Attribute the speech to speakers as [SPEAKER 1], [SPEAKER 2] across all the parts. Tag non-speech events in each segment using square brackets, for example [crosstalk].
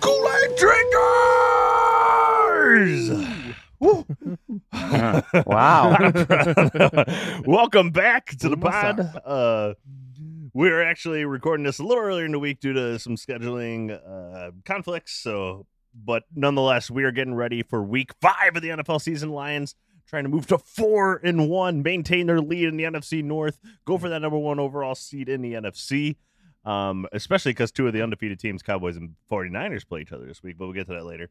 [SPEAKER 1] Kool-Aid drinkers! Woo.
[SPEAKER 2] [laughs] Wow.
[SPEAKER 1] [laughs] Welcome back to the
[SPEAKER 2] Masa.
[SPEAKER 1] pod. Uh, we're actually recording this a little earlier in the week due to some scheduling uh, conflicts. So, but nonetheless, we are getting ready for Week Five of the NFL season. Lions trying to move to four and one, maintain their lead in the NFC North, go for that number one overall seed in the NFC. Um, especially because two of the undefeated teams, Cowboys and 49ers, play each other this week, but we'll get to that later.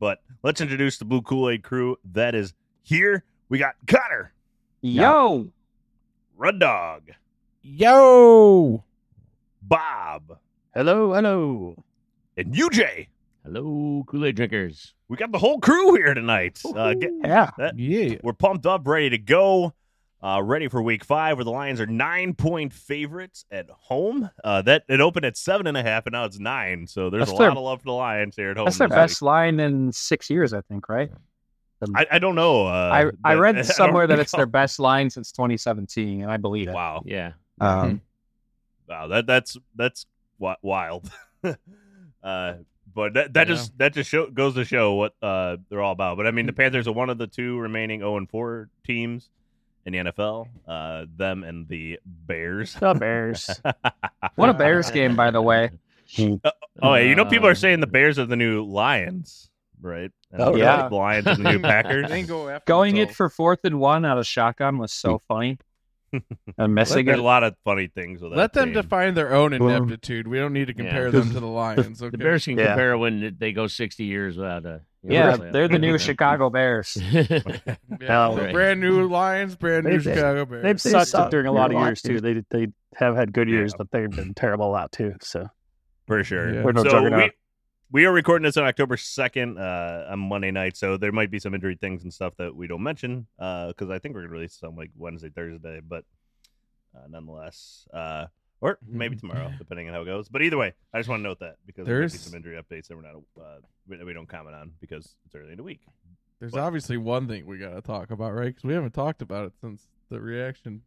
[SPEAKER 1] But let's introduce the Blue Kool Aid crew that is here. We got Connor,
[SPEAKER 2] Yo.
[SPEAKER 1] Red Dog,
[SPEAKER 3] Yo.
[SPEAKER 1] Bob,
[SPEAKER 2] Hello, hello.
[SPEAKER 1] and UJ.
[SPEAKER 4] Hello, Kool Aid drinkers.
[SPEAKER 1] We got the whole crew here tonight. Uh, get-
[SPEAKER 2] Yeah.
[SPEAKER 3] Yeah.
[SPEAKER 1] we're pumped up, ready to go, uh, ready for Week Five, where the Lions are nine-point favorites at home. Uh, that it opened at seven and a half, and now it's nine. So there's
[SPEAKER 2] That's
[SPEAKER 1] a
[SPEAKER 2] their-
[SPEAKER 1] lot of love for the Lions here at
[SPEAKER 5] Oh
[SPEAKER 1] home.
[SPEAKER 2] That's their
[SPEAKER 1] this week.
[SPEAKER 2] best line in six years, I think, right?
[SPEAKER 1] I, I don't know. Uh,
[SPEAKER 2] I, I
[SPEAKER 1] that- [laughs]
[SPEAKER 5] [laughs]
[SPEAKER 2] read
[SPEAKER 1] don't
[SPEAKER 2] somewhere that it's their
[SPEAKER 1] recall.
[SPEAKER 2] best line since 2017, and I believe it.
[SPEAKER 1] Wow,
[SPEAKER 4] Yeah.
[SPEAKER 5] [laughs]
[SPEAKER 2] Um,
[SPEAKER 1] wow, that that's that's wi- wild. [laughs] uh, but that that
[SPEAKER 4] Yeah.
[SPEAKER 1] just that just show, goes to show what uh, they're all about. But I mean, the Panthers are one of the two remaining zero and four teams in the NFL. Uh, them and the Bears. [laughs]
[SPEAKER 2] the
[SPEAKER 5] [laughs]
[SPEAKER 2] Bears. what a Bears game, by the
[SPEAKER 4] [laughs]
[SPEAKER 2] way.
[SPEAKER 1] Oh, yeah, you know, people are
[SPEAKER 4] Uh,
[SPEAKER 1] saying the Bears are the new Lions, right? And
[SPEAKER 3] Oh,
[SPEAKER 1] the
[SPEAKER 2] yeah.
[SPEAKER 1] Lions are the new Packers.
[SPEAKER 2] Going it for fourth and one out of shotgun was
[SPEAKER 5] [laughs]
[SPEAKER 2] so funny. And missing
[SPEAKER 1] There's a
[SPEAKER 2] it.
[SPEAKER 1] lot of funny things with that.
[SPEAKER 3] Let them
[SPEAKER 1] team.
[SPEAKER 3] define their own
[SPEAKER 2] Well,
[SPEAKER 3] ineptitude. We don't need to
[SPEAKER 4] yeah.
[SPEAKER 3] compare
[SPEAKER 4] 'Cause
[SPEAKER 3] them to the Lions. Okay?
[SPEAKER 4] The Bears can
[SPEAKER 2] Yeah.
[SPEAKER 4] compare when they go 60 years without a. you know,
[SPEAKER 2] Yeah,
[SPEAKER 4] playoff.
[SPEAKER 2] they're the
[SPEAKER 5] [laughs]
[SPEAKER 2] new
[SPEAKER 4] [laughs]
[SPEAKER 2] Chicago Bears.
[SPEAKER 3] Yeah.
[SPEAKER 2] No.
[SPEAKER 3] They're brand new Lions, brand new
[SPEAKER 5] They've-
[SPEAKER 3] Chicago Bears.
[SPEAKER 5] They've
[SPEAKER 2] They
[SPEAKER 5] sucked
[SPEAKER 2] sucked during a lot of years, too.
[SPEAKER 5] They they have had good years, but they've been terrible a lot too. So
[SPEAKER 1] for sure.
[SPEAKER 3] Yeah.
[SPEAKER 5] We're no
[SPEAKER 1] So we,
[SPEAKER 5] juggernaut.
[SPEAKER 1] we are recording this on October second uh, on Monday night, so there might be some injury things and stuff that we don't mention because I think we're gonna release some like Wednesday, Thursday, but uh, nonetheless, uh, or
[SPEAKER 3] Mm-hmm.
[SPEAKER 1] maybe tomorrow, depending on how it goes. But either way, I just want to note that because there might be
[SPEAKER 3] There's-
[SPEAKER 1] some injury updates that we're not uh, we, we don't comment on because it's early in the week.
[SPEAKER 3] There's obviously one thing we got to talk about, right? Because we haven't talked about it since the reaction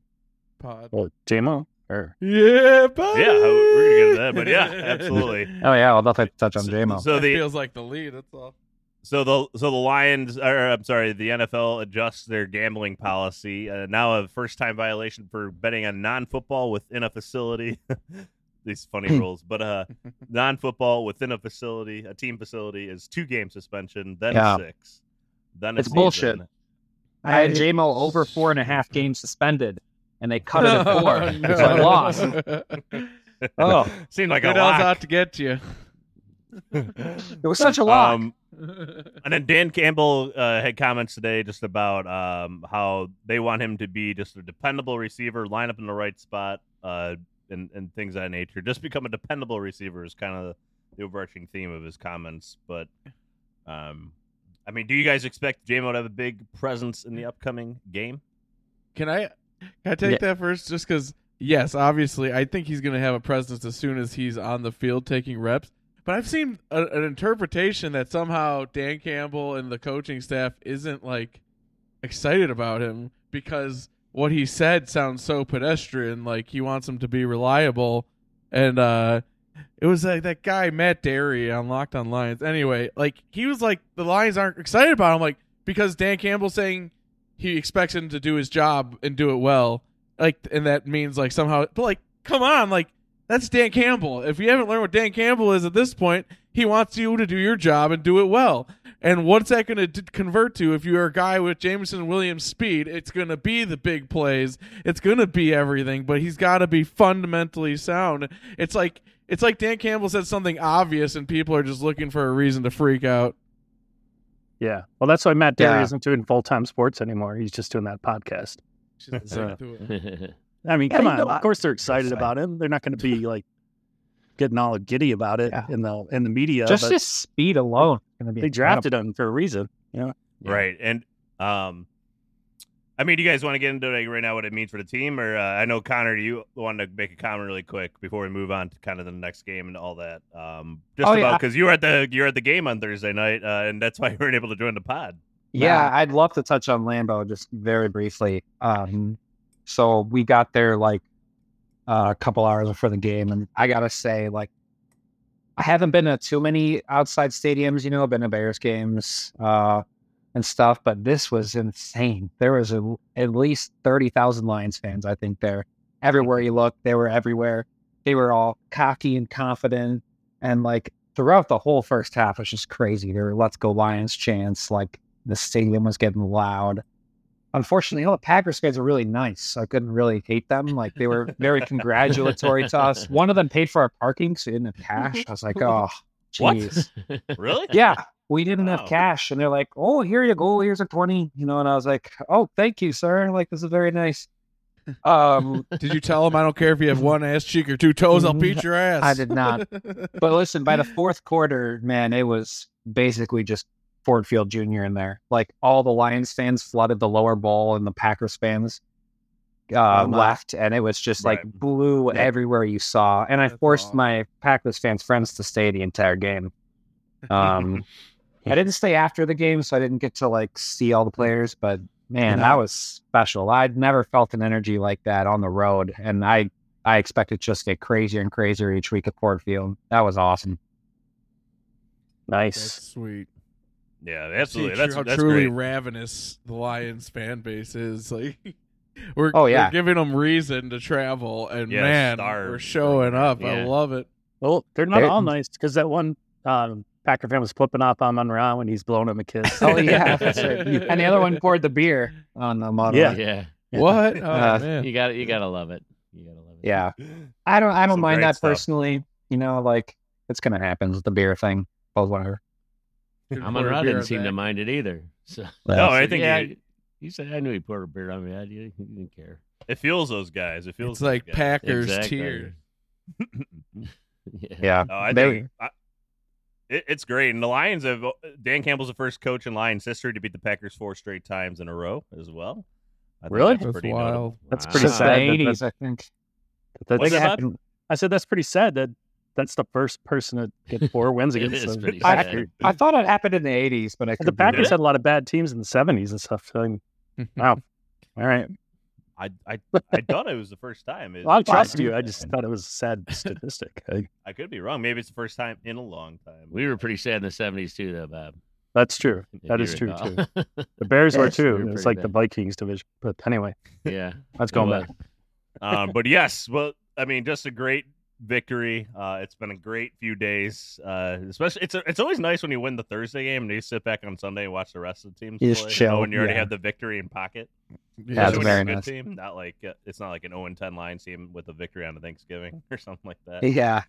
[SPEAKER 3] pod.
[SPEAKER 5] well, JMO or
[SPEAKER 3] Yeah, buddy.
[SPEAKER 1] Yeah, we're gonna get to that, but
[SPEAKER 3] [laughs]
[SPEAKER 1] yeah, absolutely.
[SPEAKER 2] Oh, yeah. I'll definitely touch on
[SPEAKER 1] So-
[SPEAKER 2] JMO.
[SPEAKER 1] So
[SPEAKER 3] That
[SPEAKER 1] the
[SPEAKER 3] feels like the lead. That's all.
[SPEAKER 1] So the so the Lions, or I'm sorry, the NFL adjusts their gambling policy. Uh, now a first time violation for betting on non football within a facility. [laughs] These
[SPEAKER 2] [clears throat]
[SPEAKER 1] funny rules, but uh, non football within a facility, a team facility is two game suspension, then
[SPEAKER 2] Yeah.
[SPEAKER 1] six, then a
[SPEAKER 2] It's bullshit.
[SPEAKER 1] season. [laughs]
[SPEAKER 2] I had JMO over four and a half games suspended, and they cut it
[SPEAKER 5] [laughs]
[SPEAKER 2] at
[SPEAKER 3] [laughs]
[SPEAKER 2] four.
[SPEAKER 3] Oh,
[SPEAKER 2] So I
[SPEAKER 3] [laughs]
[SPEAKER 2] lost. Oh,
[SPEAKER 1] Seemed like a
[SPEAKER 3] Goodell's
[SPEAKER 1] lot.
[SPEAKER 3] out to get you. [laughs]
[SPEAKER 2] it was such a lock.
[SPEAKER 1] Um, and then Dan Campbell uh, had comments today just about um, how they want him to be just a dependable receiver, line up in the right spot, uh, and and things of that nature. Just become a dependable receiver is kind of the overarching theme of his comments. But, um, I mean, do you guys expect JMO to have a big presence in the upcoming game?
[SPEAKER 3] Can I can I take
[SPEAKER 5] Yeah.
[SPEAKER 3] that first just cuz yes, obviously I think he's going to have a presence as soon as he's on the field taking reps. But I've seen a, an interpretation that somehow Dan Campbell and the coaching staff isn't like excited about him because what he said sounds so pedestrian like he wants him to be reliable and uh it was like that guy Matt Derry on Locked On Lions. Anyway, like he was like the Lions aren't excited about him, like because Dan Campbell's saying he expects him to do his job and do it well. Like, and that means like somehow, but like, come on, like that's Dan Campbell. If you haven't learned what Dan Campbell is at this point, he wants you to do your job and do it well. And what's that going to d- convert to if you're a guy with Jameson Williams speed? It's going to be the big plays. It's going to be everything, but he's got to be fundamentally sound. It's like it's like Dan Campbell said something obvious and people are just looking for a reason to freak out.
[SPEAKER 5] Yeah. Well, that's why Matt Derry
[SPEAKER 6] Yeah.
[SPEAKER 5] isn't doing full time sports anymore. He's just doing that podcast.
[SPEAKER 3] Just
[SPEAKER 2] So-
[SPEAKER 3] dig through it.
[SPEAKER 5] I mean,
[SPEAKER 6] Yeah,
[SPEAKER 5] come
[SPEAKER 6] you
[SPEAKER 5] on.
[SPEAKER 6] know, I-
[SPEAKER 5] of course, they're excited
[SPEAKER 6] I-
[SPEAKER 5] about him. They're not going to be like getting all giddy about it
[SPEAKER 6] Yeah.
[SPEAKER 5] in the in the media.
[SPEAKER 2] Just
[SPEAKER 5] but
[SPEAKER 2] his speed alone is gonna be
[SPEAKER 5] they drafted him for a reason.
[SPEAKER 6] Yeah.
[SPEAKER 1] Right. And um I mean, do you guys want to get into like right now what it means for the team or uh, I know Connor, do you want to make a comment really quick before we move on to kind of the next game and all that? Um just
[SPEAKER 6] Oh, yeah.
[SPEAKER 1] about cuz you were at the you were at the game on Thursday night uh, and that's [laughs] why you weren't able to join the pod.
[SPEAKER 6] Yeah,
[SPEAKER 2] Now-
[SPEAKER 6] I'd love to touch on Lambo just very briefly. Um, so we got there like uh, a couple hours before the game, and I gotta say, like, I haven't been to too many outside stadiums. You know, I've been to Bears games uh, and stuff, but this was insane. There was a, at least thirty thousand Lions fans, I think, there. Everywhere you looked, they were everywhere. They were all cocky and confident, and like throughout the whole first half, it was just crazy. There were "Let's Go Lions" chants, like the stadium was getting loud. Unfortunately, all the Packers fans were really nice. So I couldn't really hate them. Like they were very congratulatory to us. One of them paid for our parking, so they didn't have cash. I was like, oh,
[SPEAKER 1] What?
[SPEAKER 6] jeez.
[SPEAKER 1] Really?
[SPEAKER 5] [laughs]
[SPEAKER 6] Yeah, we didn't have
[SPEAKER 1] Wow.
[SPEAKER 6] cash, and they're like, oh, here you go, here's a twenty, you know. And I was like, oh, thank you, sir. Like this is very
[SPEAKER 5] [laughs]
[SPEAKER 6] nice. Um,
[SPEAKER 3] Did you tell him I don't care if you have one ass cheek or two toes? I'll beat your
[SPEAKER 6] [laughs]
[SPEAKER 3] ass.
[SPEAKER 6] I did not.
[SPEAKER 3] [laughs]
[SPEAKER 6] but listen,
[SPEAKER 5] [laughs]
[SPEAKER 6] by the fourth quarter, man, it was basically just Ford Field Jr. in there. Like all the Lions fans flooded the lower bowl and the Packers fans uh,
[SPEAKER 5] Oh, my.
[SPEAKER 6] left, and it was just like
[SPEAKER 1] Right.
[SPEAKER 6] blue
[SPEAKER 5] Yeah.
[SPEAKER 6] everywhere you saw. And I
[SPEAKER 3] That's
[SPEAKER 6] forced
[SPEAKER 3] awesome.
[SPEAKER 6] my Packers fans friends to stay the entire game. Um, I didn't stay after the game, so I didn't get to like see all the players, but. Man, that was special. I'd never felt an energy like that on the road, and I I expect it just to get crazier and crazier each week at Ford Field. That was awesome.
[SPEAKER 3] That's
[SPEAKER 5] Nice.
[SPEAKER 3] sweet.
[SPEAKER 1] [laughs] Yeah,
[SPEAKER 3] See
[SPEAKER 1] absolutely. That's
[SPEAKER 3] how
[SPEAKER 1] that's
[SPEAKER 3] truly
[SPEAKER 1] great.
[SPEAKER 3] ravenous the Lions fan base is. Like, [laughs] we're,
[SPEAKER 6] Oh,
[SPEAKER 3] we're
[SPEAKER 6] yeah.
[SPEAKER 3] giving them reason to travel, and
[SPEAKER 1] Yeah,
[SPEAKER 3] man,
[SPEAKER 1] starved
[SPEAKER 3] we're showing up. I
[SPEAKER 1] Yeah.
[SPEAKER 3] love it.
[SPEAKER 5] Well, they're not
[SPEAKER 6] They're-
[SPEAKER 5] all nice because that one um, Packer fan was flipping off on Monroe when he's blowing him a kiss.
[SPEAKER 6] Oh yeah, [laughs] that's right. And the other one poured the beer on the model.
[SPEAKER 5] Yeah.
[SPEAKER 4] yeah.
[SPEAKER 3] What? Oh,
[SPEAKER 6] Uh,
[SPEAKER 3] man.
[SPEAKER 4] You got to You gotta love it. You gotta love it.
[SPEAKER 6] yeah. I don't. I don't
[SPEAKER 1] Some
[SPEAKER 6] mind
[SPEAKER 1] great
[SPEAKER 6] that
[SPEAKER 1] stuff.
[SPEAKER 6] personally. You know, like it's gonna happen with the beer thing. But whatever.
[SPEAKER 3] Dude,
[SPEAKER 4] I'm
[SPEAKER 3] pour a
[SPEAKER 4] on. I
[SPEAKER 3] beer
[SPEAKER 4] didn't seem
[SPEAKER 3] back.
[SPEAKER 4] to mind it either. So [laughs] Oh,
[SPEAKER 1] No, I think
[SPEAKER 4] yeah,
[SPEAKER 1] it,
[SPEAKER 4] he said I knew he poured a beer on me. I didn't, he didn't care.
[SPEAKER 1] it fuels those guys. It
[SPEAKER 4] [laughs]
[SPEAKER 1] feels
[SPEAKER 3] It's like Packers
[SPEAKER 4] Exactly. [laughs]
[SPEAKER 3] tears.
[SPEAKER 4] yeah.
[SPEAKER 6] Yeah.
[SPEAKER 1] No, Oh, I
[SPEAKER 6] They-
[SPEAKER 1] think I, it, it's great. And the Lions have uh, Dan Campbell's the first coach in Lions history to beat the Packers four straight times in a row as well. I think
[SPEAKER 5] Really?
[SPEAKER 3] That's
[SPEAKER 1] pretty
[SPEAKER 3] wild.
[SPEAKER 1] notable.
[SPEAKER 5] That's pretty
[SPEAKER 6] Since
[SPEAKER 5] sad
[SPEAKER 6] the
[SPEAKER 5] that
[SPEAKER 6] eighties, I think.
[SPEAKER 5] [laughs] That's-
[SPEAKER 1] What's
[SPEAKER 6] It
[SPEAKER 1] that?
[SPEAKER 6] happened-
[SPEAKER 5] I said that's pretty sad that that's the first person to get four wins
[SPEAKER 4] It
[SPEAKER 5] against
[SPEAKER 4] is
[SPEAKER 5] the
[SPEAKER 4] pretty
[SPEAKER 5] Packers.
[SPEAKER 4] sad.
[SPEAKER 6] I thought it happened in the eighties, but I could
[SPEAKER 5] The
[SPEAKER 6] be
[SPEAKER 5] Packers
[SPEAKER 6] wrong.
[SPEAKER 5] had a lot of bad teams in the seventies and stuff. So, I mean,
[SPEAKER 3] [laughs]
[SPEAKER 5] wow. All right.
[SPEAKER 1] I I I thought it was the first time. It-
[SPEAKER 5] Well, I
[SPEAKER 1] it-
[SPEAKER 5] trust you. I just thought it was a sad statistic. I-
[SPEAKER 1] I could be wrong. Maybe it's the first time in a long time.
[SPEAKER 4] We were pretty sad in the 70s, too, though, Bob.
[SPEAKER 5] that's true.
[SPEAKER 4] if
[SPEAKER 5] That
[SPEAKER 4] you
[SPEAKER 5] is true
[SPEAKER 4] recall.
[SPEAKER 5] too. The Bears were
[SPEAKER 4] Yes, we
[SPEAKER 5] too.
[SPEAKER 4] were
[SPEAKER 5] It was
[SPEAKER 4] pretty
[SPEAKER 5] like the
[SPEAKER 4] bad.
[SPEAKER 5] Vikings division. But anyway,
[SPEAKER 4] [laughs] yeah.
[SPEAKER 5] let's
[SPEAKER 4] it
[SPEAKER 5] go
[SPEAKER 4] was.
[SPEAKER 5] back.
[SPEAKER 1] [laughs] um, but yes, well, I mean, just a great victory. Uh, it's been a great few days. Uh, especially, it's it's always nice when you win the Thursday game and you sit back on Sunday and watch the rest of the teams
[SPEAKER 6] You
[SPEAKER 1] play.
[SPEAKER 6] just
[SPEAKER 1] you know,
[SPEAKER 6] chill,
[SPEAKER 1] when you already
[SPEAKER 6] yeah.
[SPEAKER 1] have the victory in pocket.
[SPEAKER 6] Yeah,
[SPEAKER 1] Especially
[SPEAKER 6] it's
[SPEAKER 1] when you're a
[SPEAKER 6] very
[SPEAKER 1] good
[SPEAKER 6] nice.
[SPEAKER 1] team. Not like uh, it's not like an 0 10 Lions team with a victory on Thanksgiving [laughs] or something like
[SPEAKER 6] [laughs]
[SPEAKER 1] that.
[SPEAKER 6] Yeah,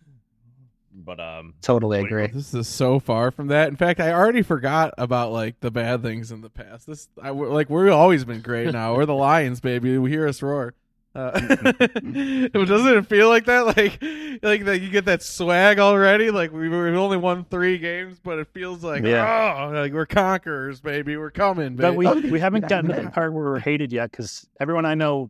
[SPEAKER 1] But um,
[SPEAKER 6] totally
[SPEAKER 1] What do you-
[SPEAKER 6] agree.
[SPEAKER 3] This is so far from that. In fact, I already forgot about like the bad things in the past. This, I like, we've always been great. Now we're the Lions, baby. We hear us roar. Uh, [laughs] doesn't it feel like that? Like, like that you get that swag already. Like we were we've only won three games, but it feels like oh, like we're conquerors, baby. We're coming, baby.
[SPEAKER 5] but
[SPEAKER 3] [laughs]
[SPEAKER 5] we we haven't
[SPEAKER 6] Yeah.
[SPEAKER 5] gotten to that part where we're hated yet because everyone I know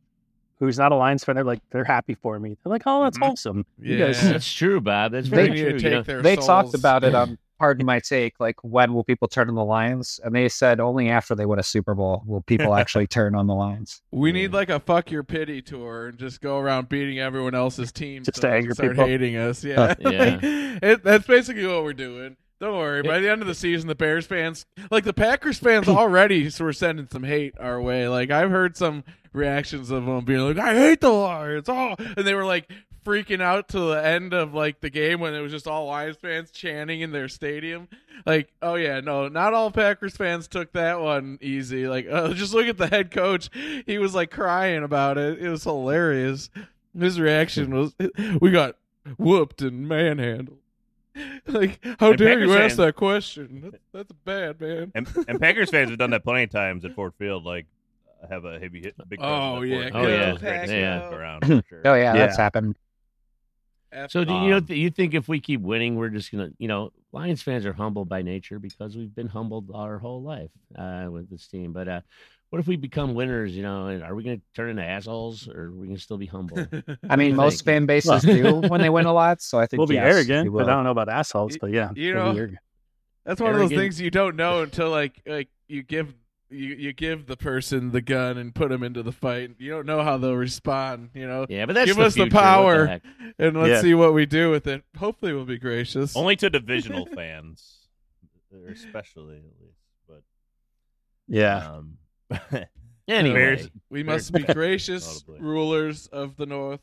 [SPEAKER 5] who's not a Lions fan, they're like they're happy for me. They're like, oh, that's
[SPEAKER 1] Mhm.
[SPEAKER 5] awesome. [laughs] You [laughs]
[SPEAKER 3] Yeah.
[SPEAKER 5] guys,
[SPEAKER 4] That's true, Bob. That's
[SPEAKER 3] They
[SPEAKER 4] very
[SPEAKER 3] need to
[SPEAKER 4] true. you
[SPEAKER 3] take
[SPEAKER 4] know.
[SPEAKER 3] their
[SPEAKER 6] they
[SPEAKER 3] souls.
[SPEAKER 6] talked about it on pardon my take like when will people turn on the lions and they said only after they win a super bowl will
[SPEAKER 5] [laughs]
[SPEAKER 6] people actually turn on the lions
[SPEAKER 3] We need like a fuck your pity tour and just go around beating everyone else's team
[SPEAKER 5] Just
[SPEAKER 3] till
[SPEAKER 5] to
[SPEAKER 3] they
[SPEAKER 5] anger
[SPEAKER 3] start
[SPEAKER 5] people.
[SPEAKER 3] hating us. [laughs] Yeah,
[SPEAKER 4] Yeah.
[SPEAKER 3] It- that's basically what we're doing. Don't worry. By the end of the season, the Bears fans, like the Packers fans, already were sending some hate our way. Like I've heard some reactions of them being like, "I hate the Lions," oh, and they were like freaking out to the end of like the game when it was just all Lions fans chanting in their stadium. Like, oh yeah, no, not all Packers fans took that one easy. Like, [laughs] uh, just look at the head coach; he was like crying about it. It was hilarious. His reaction was, "We got whooped and manhandled." [laughs] like, how
[SPEAKER 1] And
[SPEAKER 3] dare you
[SPEAKER 1] Packers
[SPEAKER 3] ask
[SPEAKER 1] fans-
[SPEAKER 3] that question? That's, that's bad, man.
[SPEAKER 1] And, and Packers fans have done that plenty of times at Ford Field. Like, have a heavy hit. Big
[SPEAKER 3] Oh,
[SPEAKER 1] coach at
[SPEAKER 3] yeah,
[SPEAKER 1] Ford
[SPEAKER 4] Oh,
[SPEAKER 1] Field.
[SPEAKER 4] yeah.
[SPEAKER 1] It was great to see
[SPEAKER 4] Yeah.
[SPEAKER 1] them
[SPEAKER 4] [laughs]
[SPEAKER 1] around for sure.
[SPEAKER 6] Oh yeah,
[SPEAKER 1] Yeah.
[SPEAKER 6] that's happened.
[SPEAKER 4] So do you know
[SPEAKER 1] Um,
[SPEAKER 4] th- you think if we keep winning, we're just gonna you know Lions fans are humble by nature because we've been humbled our whole life uh, with this team. But uh, what if we become winners? You know, and are we gonna turn into assholes or are we gonna still be
[SPEAKER 3] [laughs]
[SPEAKER 4] humble?
[SPEAKER 6] I mean, most
[SPEAKER 4] Thank
[SPEAKER 6] fan bases do
[SPEAKER 5] [laughs]
[SPEAKER 6] when they win a lot, so I think
[SPEAKER 5] We'll be
[SPEAKER 6] yes, we
[SPEAKER 5] arrogant,
[SPEAKER 6] will.
[SPEAKER 5] but I don't know about assholes. But yeah, we'll be
[SPEAKER 3] you know-
[SPEAKER 5] arrogant.
[SPEAKER 3] That's one of those
[SPEAKER 4] Arrogant.
[SPEAKER 3] things you don't know until like like you give you, you give the person the gun and put them into the fight. You don't know how they'll respond. You know,
[SPEAKER 4] yeah, but that's
[SPEAKER 3] give
[SPEAKER 4] the
[SPEAKER 3] us the
[SPEAKER 4] future, what
[SPEAKER 3] power.
[SPEAKER 4] heck?
[SPEAKER 3] and let's
[SPEAKER 5] Yeah.
[SPEAKER 3] see what we do with it. Hopefully, we'll be gracious.
[SPEAKER 1] Only to divisional fans, or especially at least. But
[SPEAKER 5] yeah.
[SPEAKER 1] um,
[SPEAKER 4] Anyway,
[SPEAKER 1] Bears-
[SPEAKER 3] we must
[SPEAKER 6] [laughs]
[SPEAKER 3] be gracious
[SPEAKER 1] Audibly.
[SPEAKER 3] rulers of the north.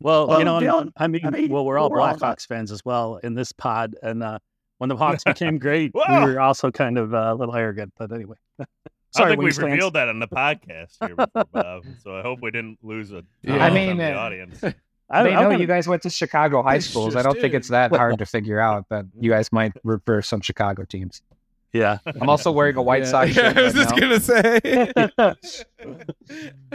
[SPEAKER 5] Well,
[SPEAKER 6] Well,
[SPEAKER 5] you know, and-
[SPEAKER 6] Dylan,
[SPEAKER 5] I mean,
[SPEAKER 6] I mean,
[SPEAKER 5] well, we're all
[SPEAKER 6] we're all-
[SPEAKER 5] Blackhawks fans as well in this pod, and uh, when the Hawks became great, we
[SPEAKER 1] Whoa!
[SPEAKER 5] were also kind of uh, a little arrogant. But anyway,
[SPEAKER 1] I
[SPEAKER 5] sorry,
[SPEAKER 1] don't think we've
[SPEAKER 5] Wings fans.
[SPEAKER 1] revealed that on the podcast here, before, Bob. So I hope we didn't lose a.
[SPEAKER 3] Yeah.
[SPEAKER 1] I
[SPEAKER 3] I
[SPEAKER 1] mean,
[SPEAKER 6] mean,
[SPEAKER 1] the
[SPEAKER 6] uh,
[SPEAKER 1] audience.
[SPEAKER 5] I,
[SPEAKER 6] they
[SPEAKER 5] I'm
[SPEAKER 6] know
[SPEAKER 5] gonna-
[SPEAKER 6] you guys went to Chicago high
[SPEAKER 3] This
[SPEAKER 6] schools. I
[SPEAKER 3] just
[SPEAKER 6] don't think
[SPEAKER 3] is.
[SPEAKER 6] it's that hard
[SPEAKER 5] [laughs]
[SPEAKER 6] to figure out that you guys might root for some Chicago teams.
[SPEAKER 5] Yeah,
[SPEAKER 6] I'm
[SPEAKER 5] [laughs]
[SPEAKER 6] also wearing a White
[SPEAKER 3] Yeah.
[SPEAKER 6] Sox
[SPEAKER 3] Yeah,
[SPEAKER 6] shirt.
[SPEAKER 3] [laughs] I was
[SPEAKER 6] right
[SPEAKER 3] just
[SPEAKER 6] now.
[SPEAKER 3] gonna say.
[SPEAKER 6] [laughs]
[SPEAKER 3] [laughs]
[SPEAKER 4] oh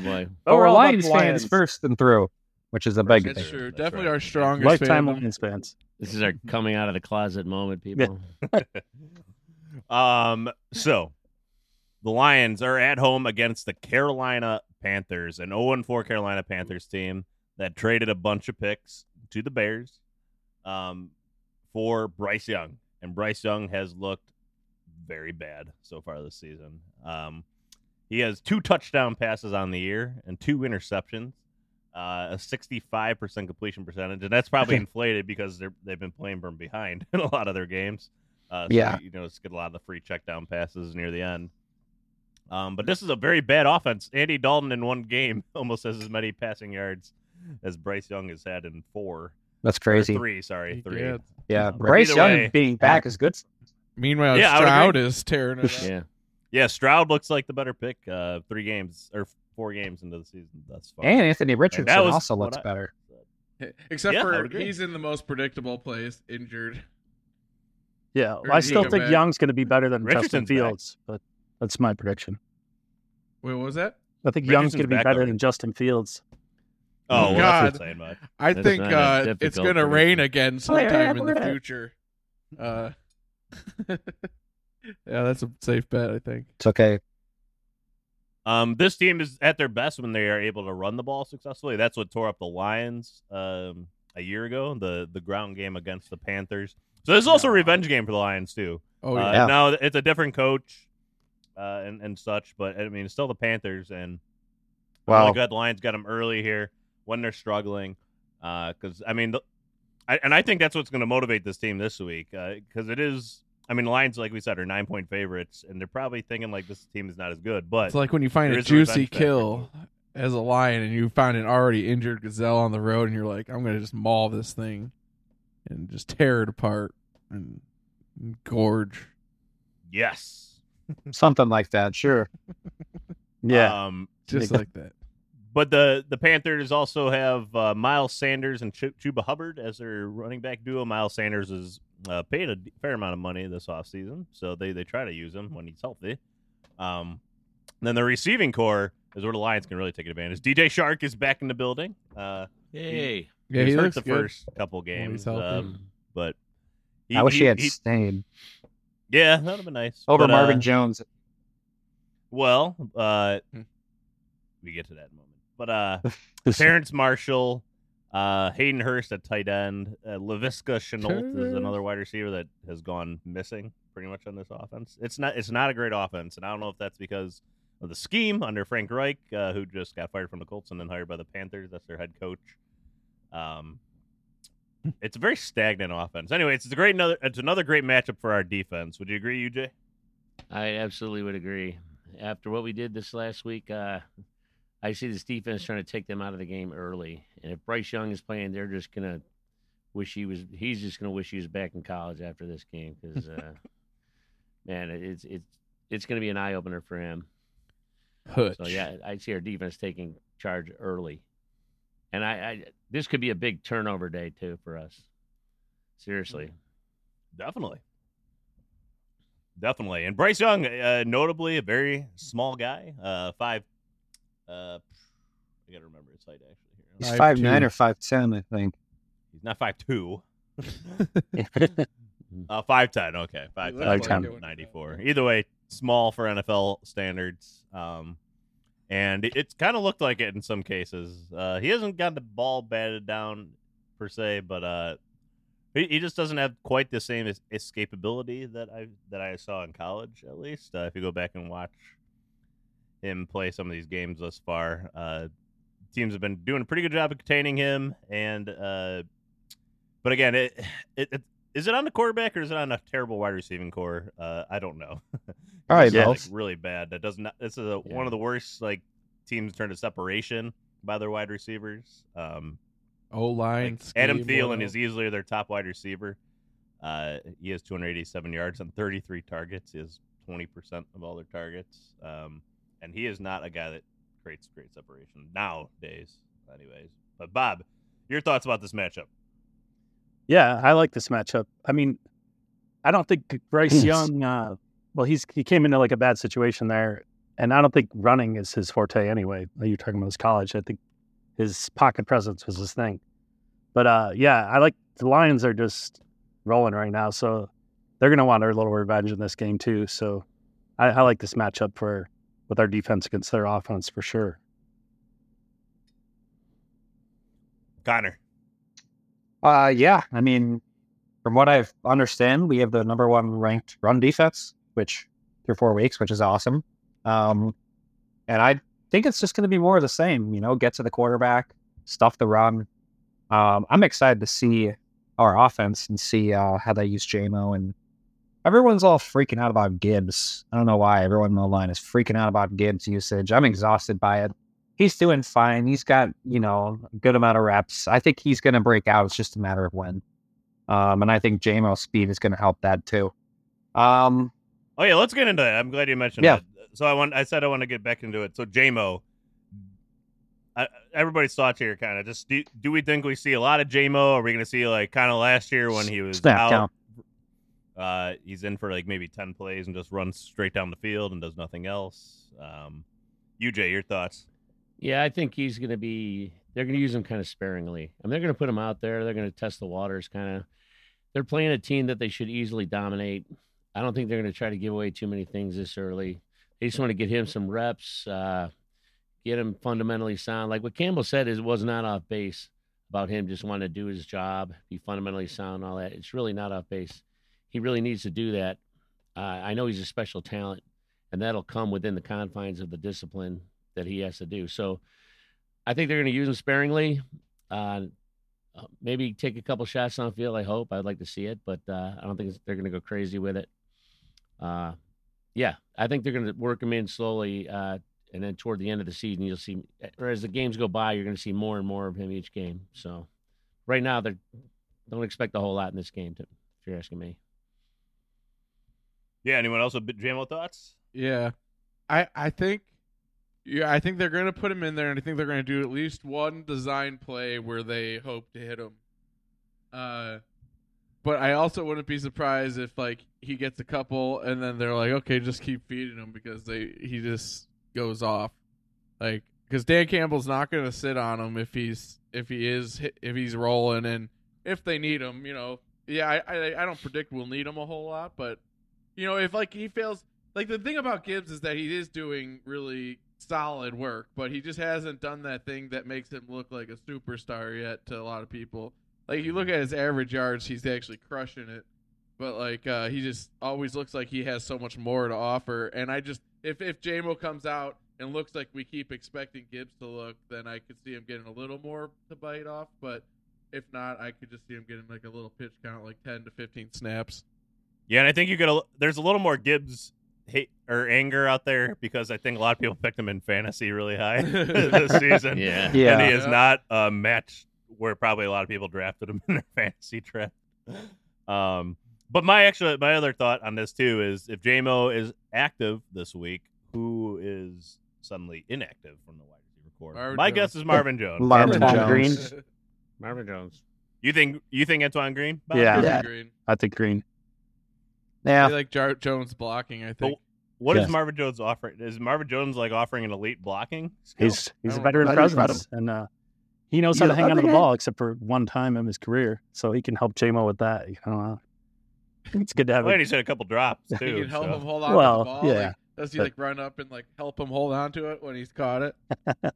[SPEAKER 6] But
[SPEAKER 4] boy,
[SPEAKER 5] [laughs]
[SPEAKER 6] we're
[SPEAKER 5] Overall,
[SPEAKER 6] Lions fans
[SPEAKER 5] Buck
[SPEAKER 6] first and through, which is a big
[SPEAKER 3] That's
[SPEAKER 6] thing.
[SPEAKER 3] true.
[SPEAKER 1] That's
[SPEAKER 3] Definitely
[SPEAKER 1] right.
[SPEAKER 3] our strongest
[SPEAKER 5] lifetime
[SPEAKER 3] fandom.
[SPEAKER 5] Lions fans.
[SPEAKER 4] this is our coming out of the closet moment,
[SPEAKER 5] Yeah.
[SPEAKER 4] people.
[SPEAKER 1] [laughs] um, so the Lions are at home against the Carolina Panthers, an 0 4 Carolina Panthers team that traded a bunch of picks to the Bears um, for Bryce Young. And Bryce Young has looked very bad so far this season. Um, he has two touchdown passes on the year and two interceptions, uh, a 65% completion percentage. And that's probably inflated because they're, they've been playing from behind [laughs] in a lot of their games. Uh, so
[SPEAKER 6] Yeah.
[SPEAKER 1] You know, it's get a lot of the free check down passes near the end. Um, but this is a very bad offense. Andy Dalton in one game [laughs] almost has as many passing yards as Bryce Young has had in four.
[SPEAKER 6] That's
[SPEAKER 1] or
[SPEAKER 6] crazy.
[SPEAKER 1] three, sorry, three.
[SPEAKER 3] Yeah.
[SPEAKER 6] Yeah,
[SPEAKER 1] But
[SPEAKER 6] Bryce
[SPEAKER 1] either
[SPEAKER 6] Young
[SPEAKER 1] way-
[SPEAKER 6] being back is good.
[SPEAKER 3] Meanwhile,
[SPEAKER 1] Yeah, I would
[SPEAKER 3] Stroud
[SPEAKER 1] agree.
[SPEAKER 3] is tearing it up. [laughs]
[SPEAKER 4] Yeah,
[SPEAKER 1] Yeah, Stroud looks like the better pick. Uh, three games or four games into the season thus far.
[SPEAKER 6] And Anthony Richardson
[SPEAKER 1] was
[SPEAKER 6] also
[SPEAKER 1] what
[SPEAKER 6] looks
[SPEAKER 1] I-
[SPEAKER 6] better.
[SPEAKER 3] Except
[SPEAKER 1] Yeah, I
[SPEAKER 3] for
[SPEAKER 1] would agree.
[SPEAKER 3] he's in the most predictable place, injured.
[SPEAKER 5] Yeah, well,
[SPEAKER 3] Or
[SPEAKER 5] I
[SPEAKER 3] is he
[SPEAKER 5] still
[SPEAKER 3] go
[SPEAKER 5] think
[SPEAKER 3] back?
[SPEAKER 5] Young's going to be better than Justin
[SPEAKER 1] Richardson's back.
[SPEAKER 5] Fields, but that's my prediction.
[SPEAKER 3] Wait, what was that?
[SPEAKER 5] I think Young's
[SPEAKER 1] Richardson's
[SPEAKER 5] going to be
[SPEAKER 1] back
[SPEAKER 5] better
[SPEAKER 1] already.
[SPEAKER 5] than Justin Fields.
[SPEAKER 1] oh, well, that's
[SPEAKER 3] God.
[SPEAKER 1] not saying much.
[SPEAKER 3] I
[SPEAKER 4] That's
[SPEAKER 3] think
[SPEAKER 4] not a
[SPEAKER 3] uh, it's
[SPEAKER 4] difficult
[SPEAKER 3] going to rain
[SPEAKER 4] prediction.
[SPEAKER 3] again sometime in the future. [laughs] Uh, yeah, that's a safe bet, I think.
[SPEAKER 6] It's okay.
[SPEAKER 1] Um, this team is at their best when they are able to run the ball successfully. That's what tore up the Lions um, a year ago, the the ground game against the Panthers. So this is also a revenge game for the Lions too.
[SPEAKER 3] Oh,
[SPEAKER 1] uh,
[SPEAKER 3] yeah.
[SPEAKER 6] yeah.
[SPEAKER 1] Now it's a different coach uh, and and such, but I mean it's still the Panthers and
[SPEAKER 6] Wow.
[SPEAKER 1] really good Lions got them early here when they're struggling because I mean the, I, and I think that's what's going to motivate this team this week because it is I mean Lions like we said are nine point favorites and they're probably thinking like this team is not as good but
[SPEAKER 3] It's like when you find
[SPEAKER 1] There
[SPEAKER 3] a
[SPEAKER 1] is a revenge
[SPEAKER 3] juicy
[SPEAKER 1] factor.
[SPEAKER 3] kill as a lion and you find an already injured gazelle on the road and you're like, I'm going to just maul this thing and just tear it apart and, and gorge.
[SPEAKER 1] yes
[SPEAKER 6] Something like that.
[SPEAKER 1] [laughs]
[SPEAKER 6] Sure.
[SPEAKER 5] Yeah,
[SPEAKER 1] um,
[SPEAKER 3] Just like that.
[SPEAKER 1] But the the Panthers also have uh, Miles Sanders and Ch- Chuba Hubbard as their running back duo. Miles Sanders is uh, paid a d- fair amount of money this offseason, so they they try to use him when he's healthy. Um, then the receiving core is where the Lions can really take advantage. DJ Shark is back in the building. Uh,
[SPEAKER 4] yay.
[SPEAKER 3] Yeah,
[SPEAKER 1] he, was
[SPEAKER 3] he
[SPEAKER 1] hurt
[SPEAKER 3] looks
[SPEAKER 1] the
[SPEAKER 3] good.
[SPEAKER 1] first couple games,
[SPEAKER 3] healthy.
[SPEAKER 1] um, but
[SPEAKER 6] I wish he, had
[SPEAKER 1] he-
[SPEAKER 6] stayed
[SPEAKER 1] yeah, that would have been nice
[SPEAKER 6] over
[SPEAKER 1] But, uh,
[SPEAKER 6] Marvin Jones.
[SPEAKER 1] Well, uh,
[SPEAKER 3] Hmm.
[SPEAKER 1] we get to that in a moment. But uh, Terrence Marshall, uh, Hayden Hurst at tight end, uh, Laviska Chenault is
[SPEAKER 3] Terrence.
[SPEAKER 1] another wide receiver that has gone missing pretty much on this offense. It's not it's not a great offense, and I don't know if that's because of the scheme under Frank Reich, uh, who just got fired from the Colts and then hired by the Panthers. That's their head coach. Um, it's a very stagnant offense. Anyways, it's a great another it's another great matchup for our defense. Would you agree, UJ?
[SPEAKER 4] I absolutely would agree. After what we did this last week, uh, I see this defense trying to take them out of the game early. And if Bryce Young is playing, they're just gonna wish he was. He's just gonna wish he was back in college after this game because, uh, man, it- it's it's it's gonna be an eye opener for him.
[SPEAKER 3] Hutch.
[SPEAKER 4] So yeah, I see our defense taking charge early, and I, I this could be a big turnover day too for us. Seriously.
[SPEAKER 1] Definitely. Definitely. And Bryce Young, uh, notably a very small guy, uh, five. Uh, I got to remember his height actually here.
[SPEAKER 6] He's
[SPEAKER 3] Five
[SPEAKER 6] five nine
[SPEAKER 3] two.
[SPEAKER 6] or five ten, I think.
[SPEAKER 1] He's not five two. uh, five ten. Okay, five
[SPEAKER 3] He
[SPEAKER 1] ten.
[SPEAKER 3] looks
[SPEAKER 6] like him.
[SPEAKER 1] Ninety four. Either way, small for NFL standards. Um, and it, it's kind of looked like it in some cases. Uh, he hasn't got the ball batted down per se, but uh, he, he just doesn't have quite the same es- escapability that I that I saw in college. At least uh, if you go back and watch him play some of these games thus far, uh, teams have been doing a pretty good job of containing him. And uh, but again, it, it, it is it on the quarterback or is it on a terrible wide receiving core? Uh, I don't know. [laughs]
[SPEAKER 6] Probably
[SPEAKER 1] This is, like,
[SPEAKER 6] both.
[SPEAKER 1] really bad. That does not. This is a,
[SPEAKER 4] Yeah.
[SPEAKER 1] one of the worst like teams turned to separation by their wide receivers. Um,
[SPEAKER 3] O line.
[SPEAKER 1] like, Adam Thielen is easily their top wide receiver. Uh, he has 287 yards on 33 targets. He has 20% of all their targets. Um, and he is not a guy that creates great separation nowadays, anyways. But, Bob, your thoughts about this matchup?
[SPEAKER 5] Yeah, I like this matchup. I mean, I don't think Bryce
[SPEAKER 6] Yes.
[SPEAKER 5] Young. Uh, well, he's he came into like a bad situation there, and I don't think running is his forte anyway. Like you're talking about his college. I think his pocket presence was his thing. But uh, yeah, I like the Lions are just rolling right now, so they're gonna want their little revenge in this game too. So I, I like this matchup for with our defense against their offense for sure.
[SPEAKER 1] Connor.
[SPEAKER 6] Uh, yeah. I mean, from what I understand, we have the number one ranked run defense, which through four weeks, which is awesome. Um, and I think it's just going to be more of the same. You know, get to the quarterback, stuff the run. Um, I'm excited to see our offense and see uh, how they use JMO and everyone's all freaking out about Gibbs. I don't know why everyone in the line is freaking out about Gibbs usage. I'm exhausted by it he's doing fine. He's got, you know, a good amount of reps. I think he's going to break out. It's just a matter of when. Um, and I think JMO speed is going to help that too. Um,
[SPEAKER 1] Oh, yeah, let's get into that. I'm glad you mentioned
[SPEAKER 6] Yeah.
[SPEAKER 1] that. So I want. I said I want to get back into it. So, JMO. I- Everybody's thoughts here, kind of. Just do, do we think we see a lot of JMO? Are we going to see like kind of last year when he was
[SPEAKER 6] Snap
[SPEAKER 1] out,
[SPEAKER 6] down.
[SPEAKER 1] Uh, he's in for like maybe ten plays and just runs straight down the field and does nothing else. Um, UJ, your thoughts?
[SPEAKER 4] Yeah, I think he's going to be. They're going to use him kind of sparingly. I mean, they're going to put him out there. They're going to test the waters, kind of. They're playing a team that they should easily dominate. I don't think they're going to try to give away too many things this early. They just want to get him some reps, uh, get him fundamentally sound. Like what Campbell said is was not off base about him just wanting to do his job, be fundamentally sound, all that. It's really not off base. He really needs to do that. Uh, I know he's a special talent, and that'll come within the confines of the discipline that he has to do. So I think they're going to use him sparingly. Uh, uh, maybe take a couple shots on field. I hope. I'd like to see it, but uh, I don't think it's- they're going to go crazy with it. Uh, yeah, I think they're going to work him in slowly, uh, and then toward the end of the season, you'll see, or as the games go by, you're going to see more and more of him each game. So right now, they don't expect a whole lot in this game, to, if you're asking me.
[SPEAKER 1] Yeah. Anyone else with big JMO thoughts?
[SPEAKER 3] Yeah, I I think yeah I think they're gonna put him in there, and I think they're gonna do at least one design play where they hope to hit him. Uh, but I also wouldn't be surprised if like he gets a couple, and then they're like, okay, just keep feeding him because they he just goes off, like because Dan Campbell's not gonna sit on him if he's if he is hit- if he's rolling and if they need him, you know. Yeah, I, I I don't predict we'll need him a whole lot, but you know if like he fails like the thing about Gibbs is that he is doing really solid work, but he just hasn't done that thing that makes him look like a superstar yet to a lot of people. Like you look at his average yards, he's actually crushing it. But like uh, he just always looks like he has so much more to offer. And I just if if JMO comes out and looks like we keep expecting Gibbs to look, then I could see him getting a little more to bite off. But if not, I could just see him getting like a little pitch count, like ten to fifteen snaps.
[SPEAKER 1] Yeah, and I think you get a. There's a little more Gibbs hate or anger out there because I think a lot of people picked him in fantasy really high [laughs] this season.
[SPEAKER 4] Yeah.
[SPEAKER 1] [laughs]
[SPEAKER 6] Yeah.
[SPEAKER 1] and he is
[SPEAKER 3] Yeah.
[SPEAKER 1] not a match where probably a lot of people drafted him [laughs] in their fantasy draft. Um, but my actual my other thought on this too is if JMO is active this week, who is suddenly inactive from the wide receiver core?
[SPEAKER 3] Marvin
[SPEAKER 1] My
[SPEAKER 3] Jones.
[SPEAKER 1] guess is Marvin Jones.
[SPEAKER 6] Marvin
[SPEAKER 5] Tom
[SPEAKER 6] Jones.
[SPEAKER 5] Green.
[SPEAKER 4] Marvin Jones.
[SPEAKER 1] You think you think Antoine Green? Bob?
[SPEAKER 5] Yeah.
[SPEAKER 3] Pretty
[SPEAKER 6] Yeah.
[SPEAKER 3] green.
[SPEAKER 5] I think Green.
[SPEAKER 3] They
[SPEAKER 6] Yeah.
[SPEAKER 3] like Jar- Jones blocking. I think.
[SPEAKER 1] What is
[SPEAKER 5] Yes.
[SPEAKER 1] Marvin Jones offering? Is Marvin Jones like offering an elite blocking? skill?
[SPEAKER 5] He's he's a
[SPEAKER 3] don't-
[SPEAKER 5] veteran
[SPEAKER 6] I don't know.
[SPEAKER 5] presence, and uh, he knows how
[SPEAKER 6] Yeah,
[SPEAKER 5] to hang
[SPEAKER 6] I
[SPEAKER 5] onto the
[SPEAKER 6] think I-
[SPEAKER 5] ball, except for one time in his career. So he can help JMO with that. You know, uh, it's good to have.
[SPEAKER 1] Well, Oh, and
[SPEAKER 5] A,
[SPEAKER 1] he's had a couple drops
[SPEAKER 3] [laughs] He
[SPEAKER 1] too.
[SPEAKER 3] can help
[SPEAKER 1] so.
[SPEAKER 3] him hold on
[SPEAKER 5] Well,
[SPEAKER 3] to the ball. Like,
[SPEAKER 5] yeah,
[SPEAKER 3] does he
[SPEAKER 5] but-
[SPEAKER 3] like run up and like help him hold on to it when he's caught
[SPEAKER 5] [laughs]
[SPEAKER 3] it?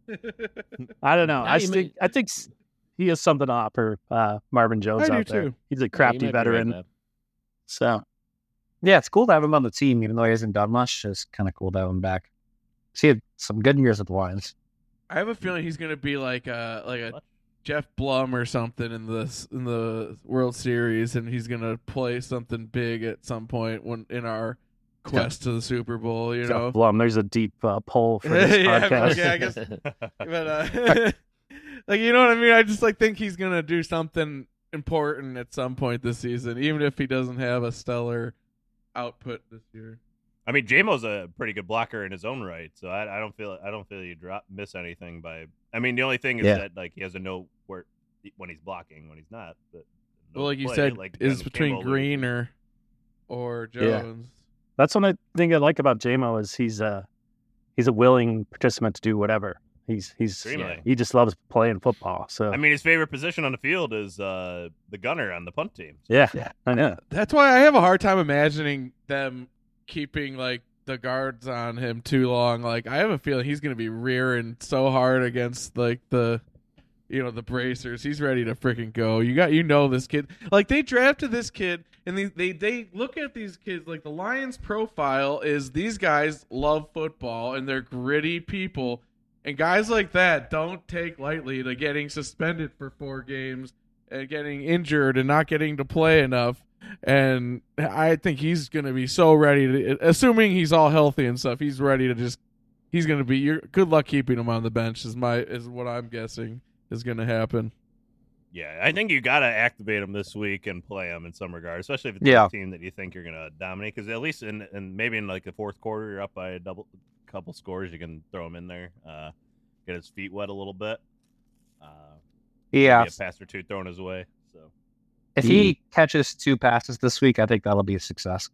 [SPEAKER 5] I don't
[SPEAKER 4] Now
[SPEAKER 5] know. I
[SPEAKER 4] you
[SPEAKER 5] think
[SPEAKER 4] may-
[SPEAKER 5] I think s- he has something to offer uh, Marvin Jones
[SPEAKER 3] I do
[SPEAKER 5] out there.
[SPEAKER 3] too.
[SPEAKER 5] He's a
[SPEAKER 4] Yeah, you
[SPEAKER 5] crafty
[SPEAKER 4] might be right,
[SPEAKER 5] veteran.
[SPEAKER 4] Bob.
[SPEAKER 5] so
[SPEAKER 6] Yeah, it's cool to have him on the team, even though he hasn't done much. It's kind of cool to have him back. 'Cause He had some good years with the Lions.
[SPEAKER 3] I have a feeling he's gonna be like a like a
[SPEAKER 1] What?
[SPEAKER 3] Jeff Blum or something in the in the World Series, and he's gonna play something big at some point when in our quest to the Super Bowl. You
[SPEAKER 5] Jeff
[SPEAKER 3] know,
[SPEAKER 5] Blum, there's a deep uh, poll for this
[SPEAKER 3] Yeah,
[SPEAKER 5] podcast.
[SPEAKER 3] okay, I guess-
[SPEAKER 1] [laughs]
[SPEAKER 3] but uh, [laughs] like you know what I mean. I just like think he's gonna do something important at some point this season, even if he doesn't have a stellar output this year.
[SPEAKER 1] I mean, JMO's a pretty good blocker in his own right, so I, I don't feel I don't feel you drop miss anything by. I mean, the only thing is
[SPEAKER 6] Yeah.
[SPEAKER 1] that like he has to know where when he's blocking, when he's not. But
[SPEAKER 3] Well, like you
[SPEAKER 1] play,
[SPEAKER 3] said,
[SPEAKER 1] like
[SPEAKER 3] is
[SPEAKER 1] Adam
[SPEAKER 3] between
[SPEAKER 1] Campbell, we-
[SPEAKER 3] Green or or
[SPEAKER 5] Yeah.
[SPEAKER 3] Jones.
[SPEAKER 5] That's one I think I like about JMO is he's a he's a willing participant to do whatever. He's he's
[SPEAKER 1] Extremely.
[SPEAKER 5] he just loves playing football. So
[SPEAKER 1] I mean, his favorite position on the field is uh, the gunner on the punt team.
[SPEAKER 5] yeah,
[SPEAKER 6] Yeah.
[SPEAKER 5] I know.
[SPEAKER 3] That's why I have a hard time imagining them keeping like the guards on him too long. Like I have a feeling he's going to be rearing so hard against like the you know the bracers. He's ready to freaking go. You got you know this kid. Like they drafted this kid and they they they look at these kids like the Lions profile is these guys love football and they're gritty people. And guys like that don't take lightly to getting suspended for four games and getting injured and not getting to play enough. And I think he's going to be so ready to, assuming he's all healthy and stuff, he's ready to just, he's going to be, you're, good luck keeping him on the bench is my, is what I'm guessing is going to happen.
[SPEAKER 1] Yeah, I think you got to activate him this week and play him in some regard, especially if it's
[SPEAKER 6] Yeah.
[SPEAKER 1] a team that you think you're going to dominate. Because at least in and maybe in like the fourth quarter, you're up by a double couple scores, you can throw him in there, uh, get his feet wet a little bit. Uh,
[SPEAKER 6] Yeah.
[SPEAKER 1] maybe a pass or two thrown his way. So
[SPEAKER 6] If he catches two passes this week, I think that'll be a success.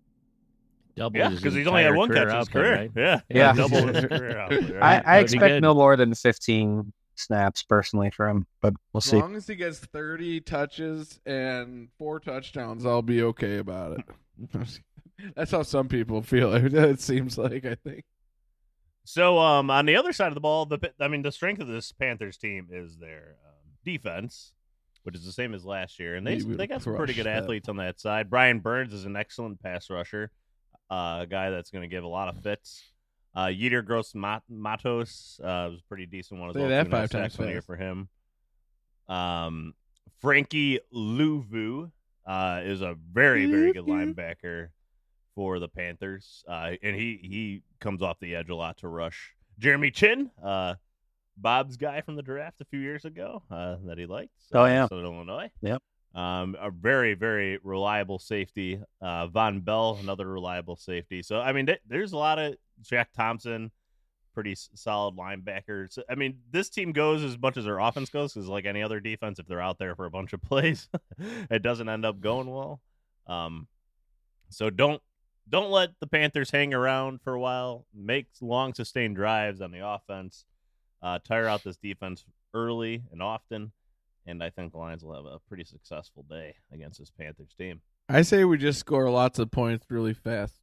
[SPEAKER 4] [laughs] Double
[SPEAKER 1] yeah,
[SPEAKER 4] his
[SPEAKER 1] because he's only had
[SPEAKER 4] entire
[SPEAKER 1] one catch in his
[SPEAKER 4] output,
[SPEAKER 1] career.
[SPEAKER 4] right?
[SPEAKER 1] Yeah,
[SPEAKER 6] Yeah. [laughs]
[SPEAKER 1] double his career output. Right?
[SPEAKER 6] I,
[SPEAKER 4] That
[SPEAKER 6] I
[SPEAKER 4] would be
[SPEAKER 6] expect
[SPEAKER 4] good.
[SPEAKER 6] no lower than 15 snaps personally for him, but we'll
[SPEAKER 3] As
[SPEAKER 6] see.
[SPEAKER 3] long as he gets 30 touches and four touchdowns, I'll be okay about [laughs] it. That's how some people feel. [laughs] It seems like, I think.
[SPEAKER 1] So um, on the other side of the ball, the pa- I mean, the strength of this Panthers team is their um, defense, which is the same as last year, and they
[SPEAKER 3] We would
[SPEAKER 1] they got some pretty good
[SPEAKER 3] crush that.
[SPEAKER 1] athletes on that side. Brian Burns is an excellent pass rusher, uh, a guy that's going to give a lot of fits. Uh, Yeter Gross Mat- Matos uh, was a pretty decent one as
[SPEAKER 3] Say
[SPEAKER 1] well.
[SPEAKER 3] that
[SPEAKER 1] two and a half
[SPEAKER 3] five times
[SPEAKER 1] sacks on the year
[SPEAKER 3] fast.
[SPEAKER 1] for him. Um, Frankie Louvu uh, is a very very
[SPEAKER 3] Mm-hmm.
[SPEAKER 1] good linebacker for the Panthers, uh, and he he comes off the edge a lot to rush. Jeremy Chin, uh, Bob's guy from the draft a few years ago uh, that he liked.
[SPEAKER 5] Oh,
[SPEAKER 1] uh,
[SPEAKER 5] yeah.
[SPEAKER 1] Southern Illinois.
[SPEAKER 5] Yep.
[SPEAKER 1] Um, a very very reliable safety. Uh, Von Bell, another reliable safety. So I mean, th- there's a lot of Jack Thompson. Pretty s- solid linebacker. So, I mean, this team goes as much as their offense goes because, like any other defense, if they're out there for a bunch of [laughs] plays, it doesn't end up going well. Um, so don't don't let the Panthers hang around for a while. Make long sustained drives on the offense. Uh, tire out this defense early and often, and I think the Lions will have a pretty successful day against this Panthers team.
[SPEAKER 3] I say we just score lots of points really fast.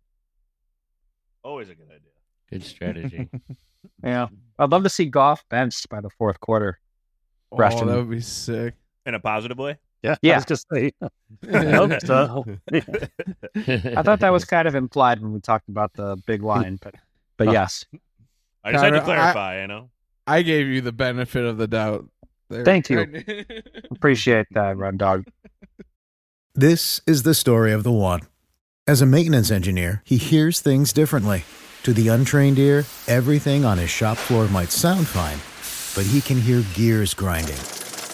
[SPEAKER 1] Always a good idea.
[SPEAKER 4] Good strategy.
[SPEAKER 6] Yeah. I'd love to see Goff benched by the fourth quarter. Rush
[SPEAKER 3] Oh,
[SPEAKER 6] him.
[SPEAKER 3] that would
[SPEAKER 6] [laughs]
[SPEAKER 3] be sick.
[SPEAKER 1] In a positive way.
[SPEAKER 5] Yeah, I
[SPEAKER 6] Yeah.
[SPEAKER 5] was gonna say. I
[SPEAKER 3] yeah, [laughs]
[SPEAKER 5] hope so.
[SPEAKER 6] [laughs]
[SPEAKER 4] [laughs]
[SPEAKER 6] I thought that was kind of implied when we talked about the big line, but but yes.
[SPEAKER 1] I just had to
[SPEAKER 3] Tyra, I-
[SPEAKER 1] clarify. you know,
[SPEAKER 3] I gave you the benefit of the doubt. There.
[SPEAKER 6] Thank you.
[SPEAKER 3] [laughs]
[SPEAKER 6] Appreciate that, Run Dog.
[SPEAKER 7] This is the story of the one. As a maintenance engineer, he hears things differently. To the untrained ear, everything on his shop floor might sound fine, but he can hear gears grinding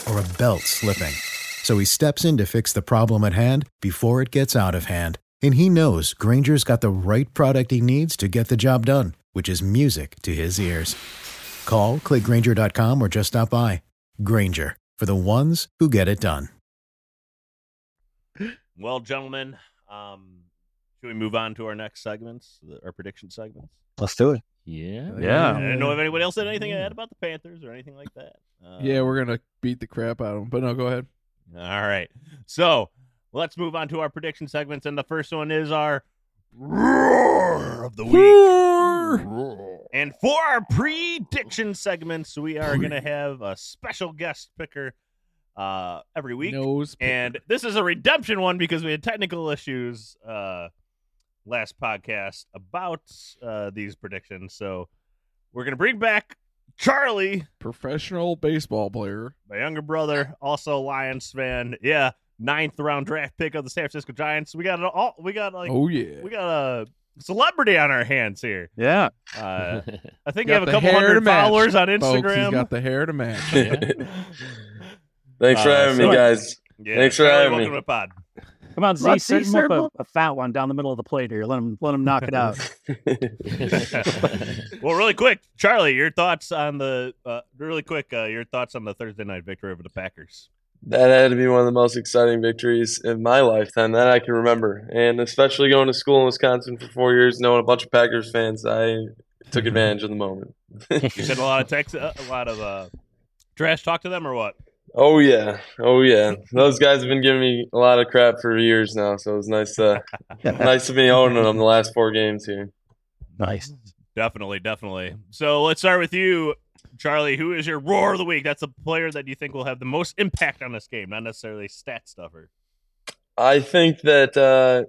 [SPEAKER 7] or a belt slipping. So he steps in to fix the problem at hand before it gets out of hand. And he knows Granger's got the right product he needs to get the job done, which is music to his ears. Call, click Granger.com, or just stop by. Granger, for the ones who get it done.
[SPEAKER 1] Well, gentlemen, um, should we move on to our next segments, our prediction segments?
[SPEAKER 6] Let's do it.
[SPEAKER 4] Yeah.
[SPEAKER 6] Oh,
[SPEAKER 2] Yeah.
[SPEAKER 1] I don't know if anybody else had anything to add about the Panthers or anything like that. Uh,
[SPEAKER 3] Mm. yeah, we're gonna beat the crap out of them. But no, go ahead.
[SPEAKER 1] All right. So let's move on to our prediction segments. And the first one is our Roar of the Week. And for our prediction segments, we are going to have a special guest picker uh, every week.
[SPEAKER 3] Nose
[SPEAKER 1] And this is a redemption one because we had technical issues uh, last podcast about uh, these predictions. So we're going to bring back Charlie,
[SPEAKER 3] professional baseball player.
[SPEAKER 1] my younger brother, also Lions fan. Yeah, ninth round draft pick of the San Francisco Giants. We got it all. We got like
[SPEAKER 3] oh yeah,
[SPEAKER 1] we got a celebrity on our hands here.
[SPEAKER 2] Yeah.
[SPEAKER 1] Uh, I think you
[SPEAKER 3] Got
[SPEAKER 1] have a
[SPEAKER 3] the
[SPEAKER 1] couple
[SPEAKER 3] hair to
[SPEAKER 1] hundred
[SPEAKER 3] match,
[SPEAKER 1] followers on
[SPEAKER 3] folks. He's
[SPEAKER 1] Instagram.
[SPEAKER 3] got the hair to match.
[SPEAKER 8] Thanks for
[SPEAKER 1] Uh,
[SPEAKER 8] having
[SPEAKER 1] so-
[SPEAKER 8] me, guys. [laughs]
[SPEAKER 1] yeah,
[SPEAKER 8] Thanks for
[SPEAKER 1] Charlie,
[SPEAKER 8] having me.
[SPEAKER 1] welcome to the pod.
[SPEAKER 5] Come on, Z,
[SPEAKER 6] Let's
[SPEAKER 5] serve
[SPEAKER 6] see,
[SPEAKER 5] him up a,
[SPEAKER 6] Serbo.
[SPEAKER 5] a fat one down the middle of the plate here. Let him let him knock
[SPEAKER 6] [laughs]
[SPEAKER 5] it out.
[SPEAKER 1] well, really quick, Charlie, your thoughts on the uh, really quick, uh, your thoughts on the Thursday night victory over the Packers.
[SPEAKER 8] That had to be one of the most exciting victories of my lifetime that I can remember. And especially going to school in Wisconsin for four years, knowing a bunch of Packers fans, I took advantage of the moment.
[SPEAKER 1] You said a lot of text, a lot of uh, trash talk to them, or what?
[SPEAKER 8] oh, yeah. Oh, yeah. Those guys have been giving me a lot of crap for years now. So it was nice, uh, nice to be owning them the last four games here.
[SPEAKER 5] nice.
[SPEAKER 1] Definitely, definitely. So let's start with you, Charlie. Who is your roar of the week? That's the player that you think will have the most impact on this game, not necessarily stat stuffer.
[SPEAKER 8] I think that uh,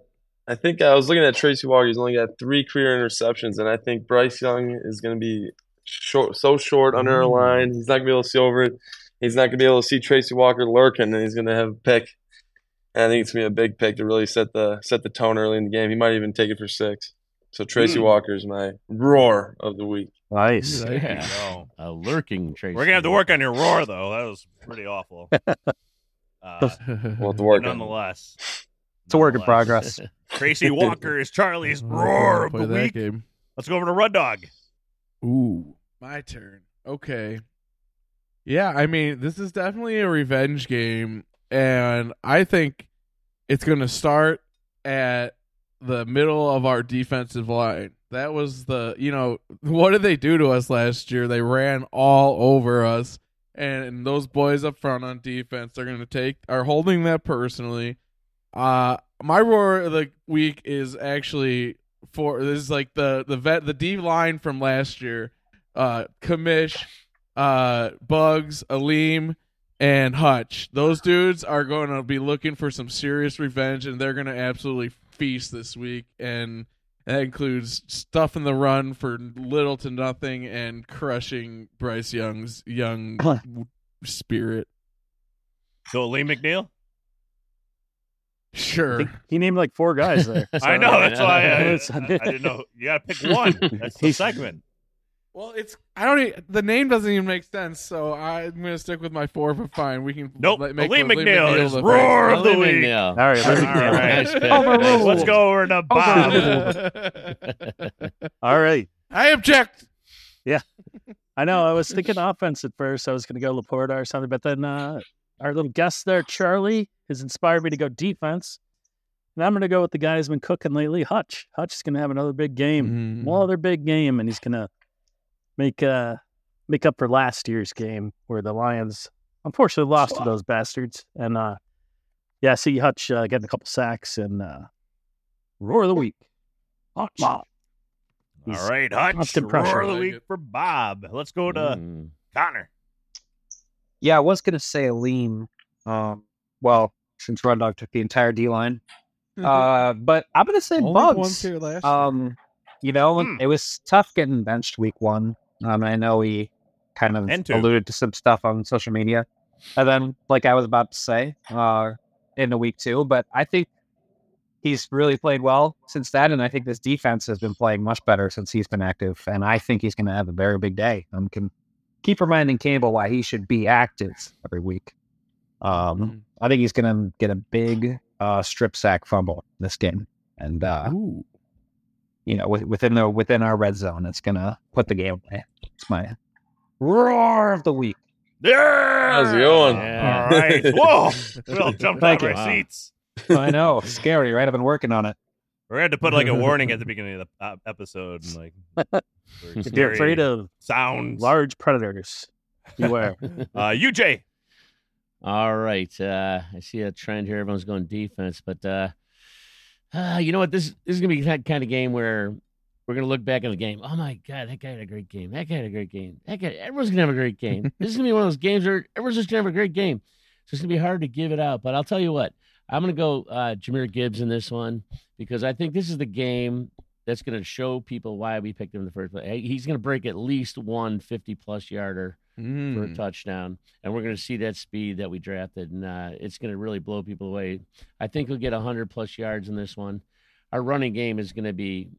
[SPEAKER 8] I think I was looking at Tracy Walker. He's only got three career interceptions, and I think Bryce Young is going to be short, so short under a line. He's not going to be able to see over it. He's not going to be able to see Tracy Walker lurking, and he's going to have a pick. And I think it's going to be a big pick to really set the set the tone early in the game. He might even take it for six. So Tracy Walker is my roar of the week.
[SPEAKER 5] Nice.
[SPEAKER 4] Yeah.
[SPEAKER 5] [laughs]
[SPEAKER 1] No.
[SPEAKER 4] [laughs] A lurking trace.
[SPEAKER 1] We're gonna have to work on your roar, though. That was pretty
[SPEAKER 5] [laughs]
[SPEAKER 1] awful. Uh,
[SPEAKER 8] We'll
[SPEAKER 3] [laughs]
[SPEAKER 8] have to work on. it.
[SPEAKER 1] nonetheless,
[SPEAKER 5] It's a work in
[SPEAKER 1] Nonetheless. [laughs]
[SPEAKER 5] progress. [laughs]
[SPEAKER 1] Tracy Walker is Charlie's roar of
[SPEAKER 3] Oh, Play
[SPEAKER 1] the
[SPEAKER 3] that
[SPEAKER 1] week.
[SPEAKER 3] game.
[SPEAKER 1] Let's go over to Rud Dog.
[SPEAKER 3] Ooh, my turn. Okay. Yeah, I mean, this is definitely a revenge game, and I think it's going to start at the middle of our defensive line. That was the, you know, [laughs] what did they do to us last year? They ran all over us, and those boys up front on defense are going to take, are holding that personally. Uh, my roar of the week is actually for this is like the the vet the D line from last year. Uh Kamish, uh Bugs, Aleem, and Hutch. Those dudes are gonna be looking for some serious revenge and they're gonna absolutely feast this week and that includes stuff in the run for little to nothing and crushing Bryce Young's young w- spirit.
[SPEAKER 1] So Lee
[SPEAKER 5] [laughs]
[SPEAKER 1] McNeil.
[SPEAKER 5] I think
[SPEAKER 3] Sure.
[SPEAKER 5] he named like four guys
[SPEAKER 1] [laughs]
[SPEAKER 5] there.
[SPEAKER 1] I know that's why I,
[SPEAKER 5] It's- [laughs]
[SPEAKER 1] I, I didn't know. You gotta pick one. That's the
[SPEAKER 5] He's-
[SPEAKER 1] segment.
[SPEAKER 3] Well, it's I don't. e- The name doesn't even make sense, so I'm gonna stick with my four. But fine, we can.
[SPEAKER 1] Nope.
[SPEAKER 3] let-
[SPEAKER 1] Lee
[SPEAKER 3] the-
[SPEAKER 1] McNeil is
[SPEAKER 3] the
[SPEAKER 1] roar
[SPEAKER 3] first-
[SPEAKER 1] of the week.
[SPEAKER 5] All right,
[SPEAKER 1] All
[SPEAKER 5] let me-
[SPEAKER 1] right.
[SPEAKER 4] Nice pick. Overruled.
[SPEAKER 1] Let's go over to Bob. [laughs]
[SPEAKER 5] all right.
[SPEAKER 3] [laughs] I object.
[SPEAKER 5] I know. I was thinking offense at first. I was going to go Laporta or something, but then uh, our little guest there, Charlie, has inspired me to go defense, and I'm going to go with the guy who's been cooking lately, Hutch. Hutch is going to have another big game.
[SPEAKER 3] Mm. Mm-hmm.
[SPEAKER 5] one other big game, and he's gonna make uh make up for last year's game where the Lions unfortunately lost to those bastards. And uh yeah, I see Hutch uh, getting a couple sacks and uh roar of the week. Hutch.
[SPEAKER 1] All right, Hutch.
[SPEAKER 5] Constant
[SPEAKER 1] Roar
[SPEAKER 5] pressure.
[SPEAKER 1] of the
[SPEAKER 3] Like
[SPEAKER 1] week
[SPEAKER 3] it.
[SPEAKER 1] for Bob. Let's go to
[SPEAKER 4] Mm.
[SPEAKER 1] Connor.
[SPEAKER 6] Yeah, I was gonna say Aleem. Um, well, since Run Dog took the entire D line,
[SPEAKER 5] Mm-hmm.
[SPEAKER 6] uh, but I'm gonna say Bugs.
[SPEAKER 3] last.
[SPEAKER 6] Um, you know,
[SPEAKER 1] Hmm.
[SPEAKER 6] it was tough getting benched week one. Um, I know he kind of
[SPEAKER 1] And two.
[SPEAKER 6] alluded to some stuff on social media, and then like I was about to say, uh, in the week two. But I think he's really played well since that, and I think this defense has been playing much better since he's been active. And I think he's going to have a very big day. Um, can keep reminding Campbell why he should be active every week. Um, I think he's going to get a big uh, strip sack fumble this game, and uh,
[SPEAKER 3] Ooh.
[SPEAKER 6] you know, with, within the within our red zone, it's gonna put the game away. It's my roar of the week.
[SPEAKER 1] Yeah.
[SPEAKER 8] How's it going?
[SPEAKER 4] Yeah.
[SPEAKER 1] All right. Whoa. We all jumped out
[SPEAKER 2] Thank you.
[SPEAKER 1] of our
[SPEAKER 4] Wow.
[SPEAKER 1] seats.
[SPEAKER 2] I know. Scary, right? I've been working on it.
[SPEAKER 1] We're going to put like a warning at the beginning of the uh, episode. And, like, for
[SPEAKER 5] If you're
[SPEAKER 1] scary
[SPEAKER 5] afraid of
[SPEAKER 1] sounds.
[SPEAKER 5] large predators,
[SPEAKER 4] Mm.
[SPEAKER 5] beware.
[SPEAKER 4] [laughs]
[SPEAKER 1] Uh, UJ.
[SPEAKER 4] All right. Uh, I see a trend here. Everyone's going defense, but uh, [sighs] uh, you know what? This, this is going to be that kind of game where we're going to look back on the game. Oh my God, that guy had a great game. That guy had a great game. That guy, everyone's going to have a great game. this is going to be one of those games where everyone's just going to have a great game. So it's going to be hard to give it out. But I'll tell you what, I'm going to go uh, Jameer Gibbs in this one because I think this is the game that's going to show people why we picked him in the first place. He's going to break at least one 50 plus yarder for
[SPEAKER 6] Hmm.
[SPEAKER 4] a
[SPEAKER 3] Mm.
[SPEAKER 4] touchdown, and we're going to see that speed that we drafted, and uh, it's going to really blow people away. I think we'll get 100 plus yards in this one. Our running game is going to be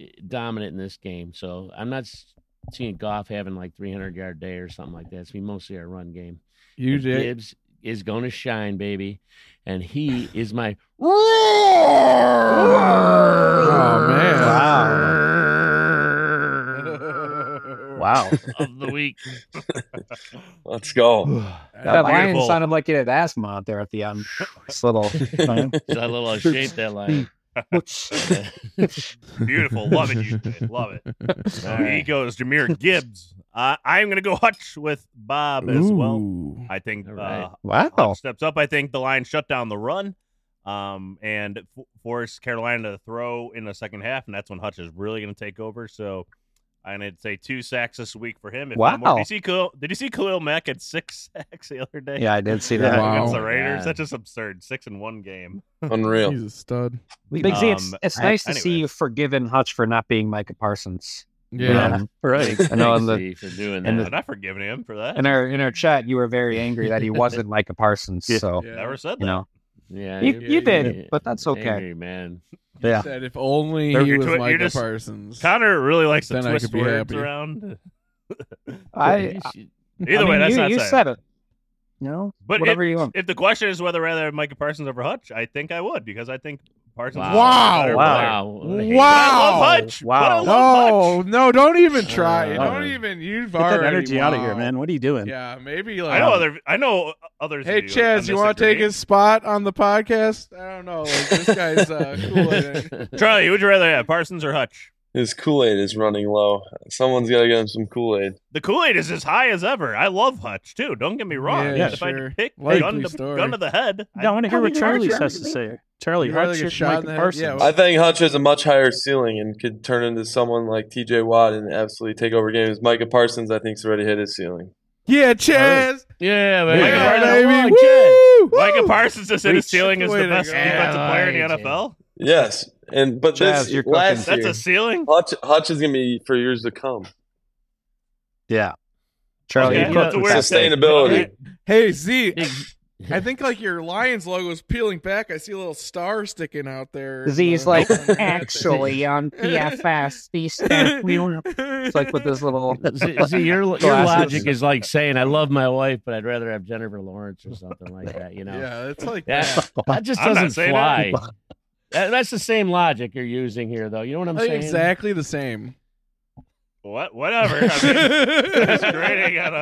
[SPEAKER 4] eh, dominant in this game, so I'm not s- seeing Goff having like 300 yard day or something like that. It's going to be mostly our run game. And
[SPEAKER 3] UJ.
[SPEAKER 4] Gibbs is going to shine, baby, and he is my
[SPEAKER 3] Oh man.
[SPEAKER 1] [laughs]
[SPEAKER 5] wow.
[SPEAKER 4] of the week.
[SPEAKER 8] Let's go.
[SPEAKER 6] That lion
[SPEAKER 1] Beautiful.
[SPEAKER 6] sounded like it had asthma out there at the um, end. This little [laughs] thing.
[SPEAKER 4] Is that a little shape that line?
[SPEAKER 1] [laughs] Beautiful. Love it, UJ. Love it.
[SPEAKER 4] All
[SPEAKER 1] Here he
[SPEAKER 4] right.
[SPEAKER 1] goes, Jameer Gibbs. Uh, I'm going to go Hutch with Bob as well.
[SPEAKER 3] Ooh.
[SPEAKER 1] I think
[SPEAKER 4] All right.
[SPEAKER 1] uh,
[SPEAKER 6] Wow.
[SPEAKER 1] Hutch steps up. I think the Lions shut down the run um, and f- force Carolina to throw in the second half, and that's when Hutch is really going to take over. So I'm going to say two sacks this week for him. If not more.
[SPEAKER 6] Wow.
[SPEAKER 1] Did you, see Khalil, did you see Khalil Mack had six [laughs] sacks the other day?
[SPEAKER 6] Yeah, I did see
[SPEAKER 1] Yeah,
[SPEAKER 6] that.
[SPEAKER 3] Wow.
[SPEAKER 1] against the
[SPEAKER 4] Oh my
[SPEAKER 1] Raiders.
[SPEAKER 4] God.
[SPEAKER 1] That's just absurd. Six in one game.
[SPEAKER 8] Unreal.
[SPEAKER 3] He's a stud.
[SPEAKER 6] Big Z, it's,
[SPEAKER 1] Um,
[SPEAKER 6] it's
[SPEAKER 1] I-
[SPEAKER 6] nice to see
[SPEAKER 1] anyway.
[SPEAKER 6] you forgiving Hutch for not being Micah Parsons.
[SPEAKER 3] Yeah.
[SPEAKER 6] Um,
[SPEAKER 5] Right.
[SPEAKER 6] I know
[SPEAKER 4] Thanks,
[SPEAKER 6] in the
[SPEAKER 4] Steve, for doing
[SPEAKER 6] and
[SPEAKER 4] that.
[SPEAKER 1] I'm not forgiving him for that.
[SPEAKER 6] in our in our chat you were very angry
[SPEAKER 1] [laughs]
[SPEAKER 6] that he wasn't Micah Parsons.
[SPEAKER 5] Yeah.
[SPEAKER 6] So
[SPEAKER 3] Yeah.
[SPEAKER 1] Never said that.
[SPEAKER 6] you know
[SPEAKER 4] Yeah,
[SPEAKER 6] you,
[SPEAKER 4] you're
[SPEAKER 6] you
[SPEAKER 4] pretty
[SPEAKER 6] did, but that's okay.
[SPEAKER 4] angry, man.
[SPEAKER 6] Yeah.
[SPEAKER 3] Said if only
[SPEAKER 1] There,
[SPEAKER 3] he
[SPEAKER 1] you're
[SPEAKER 3] was
[SPEAKER 1] twi- you're
[SPEAKER 3] Micah
[SPEAKER 1] just-
[SPEAKER 3] Parsons.
[SPEAKER 1] Connor really likes to
[SPEAKER 3] Then I
[SPEAKER 1] twist
[SPEAKER 3] could be
[SPEAKER 1] words
[SPEAKER 3] happy.
[SPEAKER 1] around.
[SPEAKER 6] I
[SPEAKER 4] You should-
[SPEAKER 1] Either
[SPEAKER 6] I
[SPEAKER 1] way,
[SPEAKER 6] mean,
[SPEAKER 1] that's
[SPEAKER 6] you,
[SPEAKER 1] not
[SPEAKER 6] you
[SPEAKER 1] saying.
[SPEAKER 6] said it. You know,
[SPEAKER 1] But
[SPEAKER 6] whatever
[SPEAKER 1] if,
[SPEAKER 6] you want.
[SPEAKER 1] if the question is whether rather Micah Parsons over Hutch, I think I would because I think Parsons. Is
[SPEAKER 3] Wow.
[SPEAKER 1] a better player.
[SPEAKER 4] wow, what a hater.
[SPEAKER 1] But I love
[SPEAKER 3] Wow.
[SPEAKER 1] Hutch. But I
[SPEAKER 5] Wow.
[SPEAKER 1] love
[SPEAKER 3] No, no, don't even try.
[SPEAKER 4] Uh,
[SPEAKER 3] don't even. You've
[SPEAKER 5] Get that
[SPEAKER 3] already
[SPEAKER 5] energy out of here,
[SPEAKER 3] wow.
[SPEAKER 5] man. What are you doing?
[SPEAKER 3] Yeah, maybe
[SPEAKER 1] Hutch.
[SPEAKER 3] like
[SPEAKER 1] I know other. I know others. who
[SPEAKER 3] Hey
[SPEAKER 1] do, and
[SPEAKER 3] Chaz, you want to
[SPEAKER 1] disagree.
[SPEAKER 3] take his spot on the podcast? I don't know. Like, this guy's uh,
[SPEAKER 5] [laughs]
[SPEAKER 3] cool. I think.
[SPEAKER 4] [laughs]
[SPEAKER 1] Charlie, who would you rather have Parsons or Hutch?
[SPEAKER 8] His Kool Aid is running low. Someone's got to get him some Kool Aid.
[SPEAKER 1] The Kool Aid is as high as ever. I love Hutch too. Don't get me wrong.
[SPEAKER 3] Yeah,
[SPEAKER 1] if I
[SPEAKER 3] sure.
[SPEAKER 1] could pick
[SPEAKER 3] Likely
[SPEAKER 1] gun to,
[SPEAKER 3] story.
[SPEAKER 1] gun to the head, I-
[SPEAKER 5] No, I want to hear
[SPEAKER 9] How
[SPEAKER 5] what
[SPEAKER 9] do you hurt
[SPEAKER 5] Charlie
[SPEAKER 9] your
[SPEAKER 5] has to say. Charlie,
[SPEAKER 3] You'd rather
[SPEAKER 5] Hutch
[SPEAKER 3] get
[SPEAKER 5] or
[SPEAKER 3] shot
[SPEAKER 5] Micah
[SPEAKER 3] in the head-
[SPEAKER 5] Parsons?
[SPEAKER 3] yeah,
[SPEAKER 8] I think Hutch has a much higher ceiling and could turn into someone like TJ Watt and absolutely take over games. Micah Parsons, I think, has already hit his ceiling.
[SPEAKER 3] Yeah, Chaz.
[SPEAKER 4] yeah,
[SPEAKER 1] Micah
[SPEAKER 4] man. Yeah,
[SPEAKER 1] Parsons-
[SPEAKER 3] baby.
[SPEAKER 4] come on, Chad.
[SPEAKER 3] Woo!
[SPEAKER 1] Micah
[SPEAKER 3] Woo!
[SPEAKER 1] Parsons is in his
[SPEAKER 3] Reach.
[SPEAKER 1] ceiling is
[SPEAKER 3] Way
[SPEAKER 1] the
[SPEAKER 3] to
[SPEAKER 1] best
[SPEAKER 3] go.
[SPEAKER 1] defensive player in the
[SPEAKER 4] Yeah,
[SPEAKER 1] NFL.
[SPEAKER 8] Yes, and but
[SPEAKER 6] Chaz,
[SPEAKER 8] this
[SPEAKER 6] you're
[SPEAKER 8] last
[SPEAKER 6] cooking.
[SPEAKER 1] That's
[SPEAKER 8] year,
[SPEAKER 1] a ceiling.
[SPEAKER 8] Hutch, Hutch is going to be for years to come.
[SPEAKER 6] [laughs] Yeah, Charlie,
[SPEAKER 1] Okay,
[SPEAKER 6] you
[SPEAKER 1] that's a
[SPEAKER 6] cooked
[SPEAKER 1] weird
[SPEAKER 6] with that.
[SPEAKER 1] take.
[SPEAKER 8] Sustainability.
[SPEAKER 1] [laughs]
[SPEAKER 3] Hey Z,
[SPEAKER 4] Big-
[SPEAKER 3] I think like your Lions logo is peeling back. I see a little star sticking out there.
[SPEAKER 6] Z's
[SPEAKER 3] Uh,
[SPEAKER 6] like
[SPEAKER 3] on
[SPEAKER 1] [laughs]
[SPEAKER 3] that thing.
[SPEAKER 6] [laughs]
[SPEAKER 3] [laughs]
[SPEAKER 6] actually on PFS these stats we were-" It's like with this little [laughs]
[SPEAKER 4] See, see, your your
[SPEAKER 6] Glasses.
[SPEAKER 4] logic is like saying I love my wife, but I'd rather have Jennifer Lawrence or something like that. You know,
[SPEAKER 3] [laughs] Yeah, it's like
[SPEAKER 4] Yeah.
[SPEAKER 6] [laughs]
[SPEAKER 3] that.
[SPEAKER 4] that just
[SPEAKER 1] I'm not
[SPEAKER 4] doesn't
[SPEAKER 1] saying
[SPEAKER 4] fly. That- that's the same logic you're using here, though. You know what I'm
[SPEAKER 3] I think
[SPEAKER 4] saying?
[SPEAKER 3] exactly
[SPEAKER 1] [laughs]
[SPEAKER 3] the same.
[SPEAKER 1] What? Whatever. I mean, [laughs] it's grading on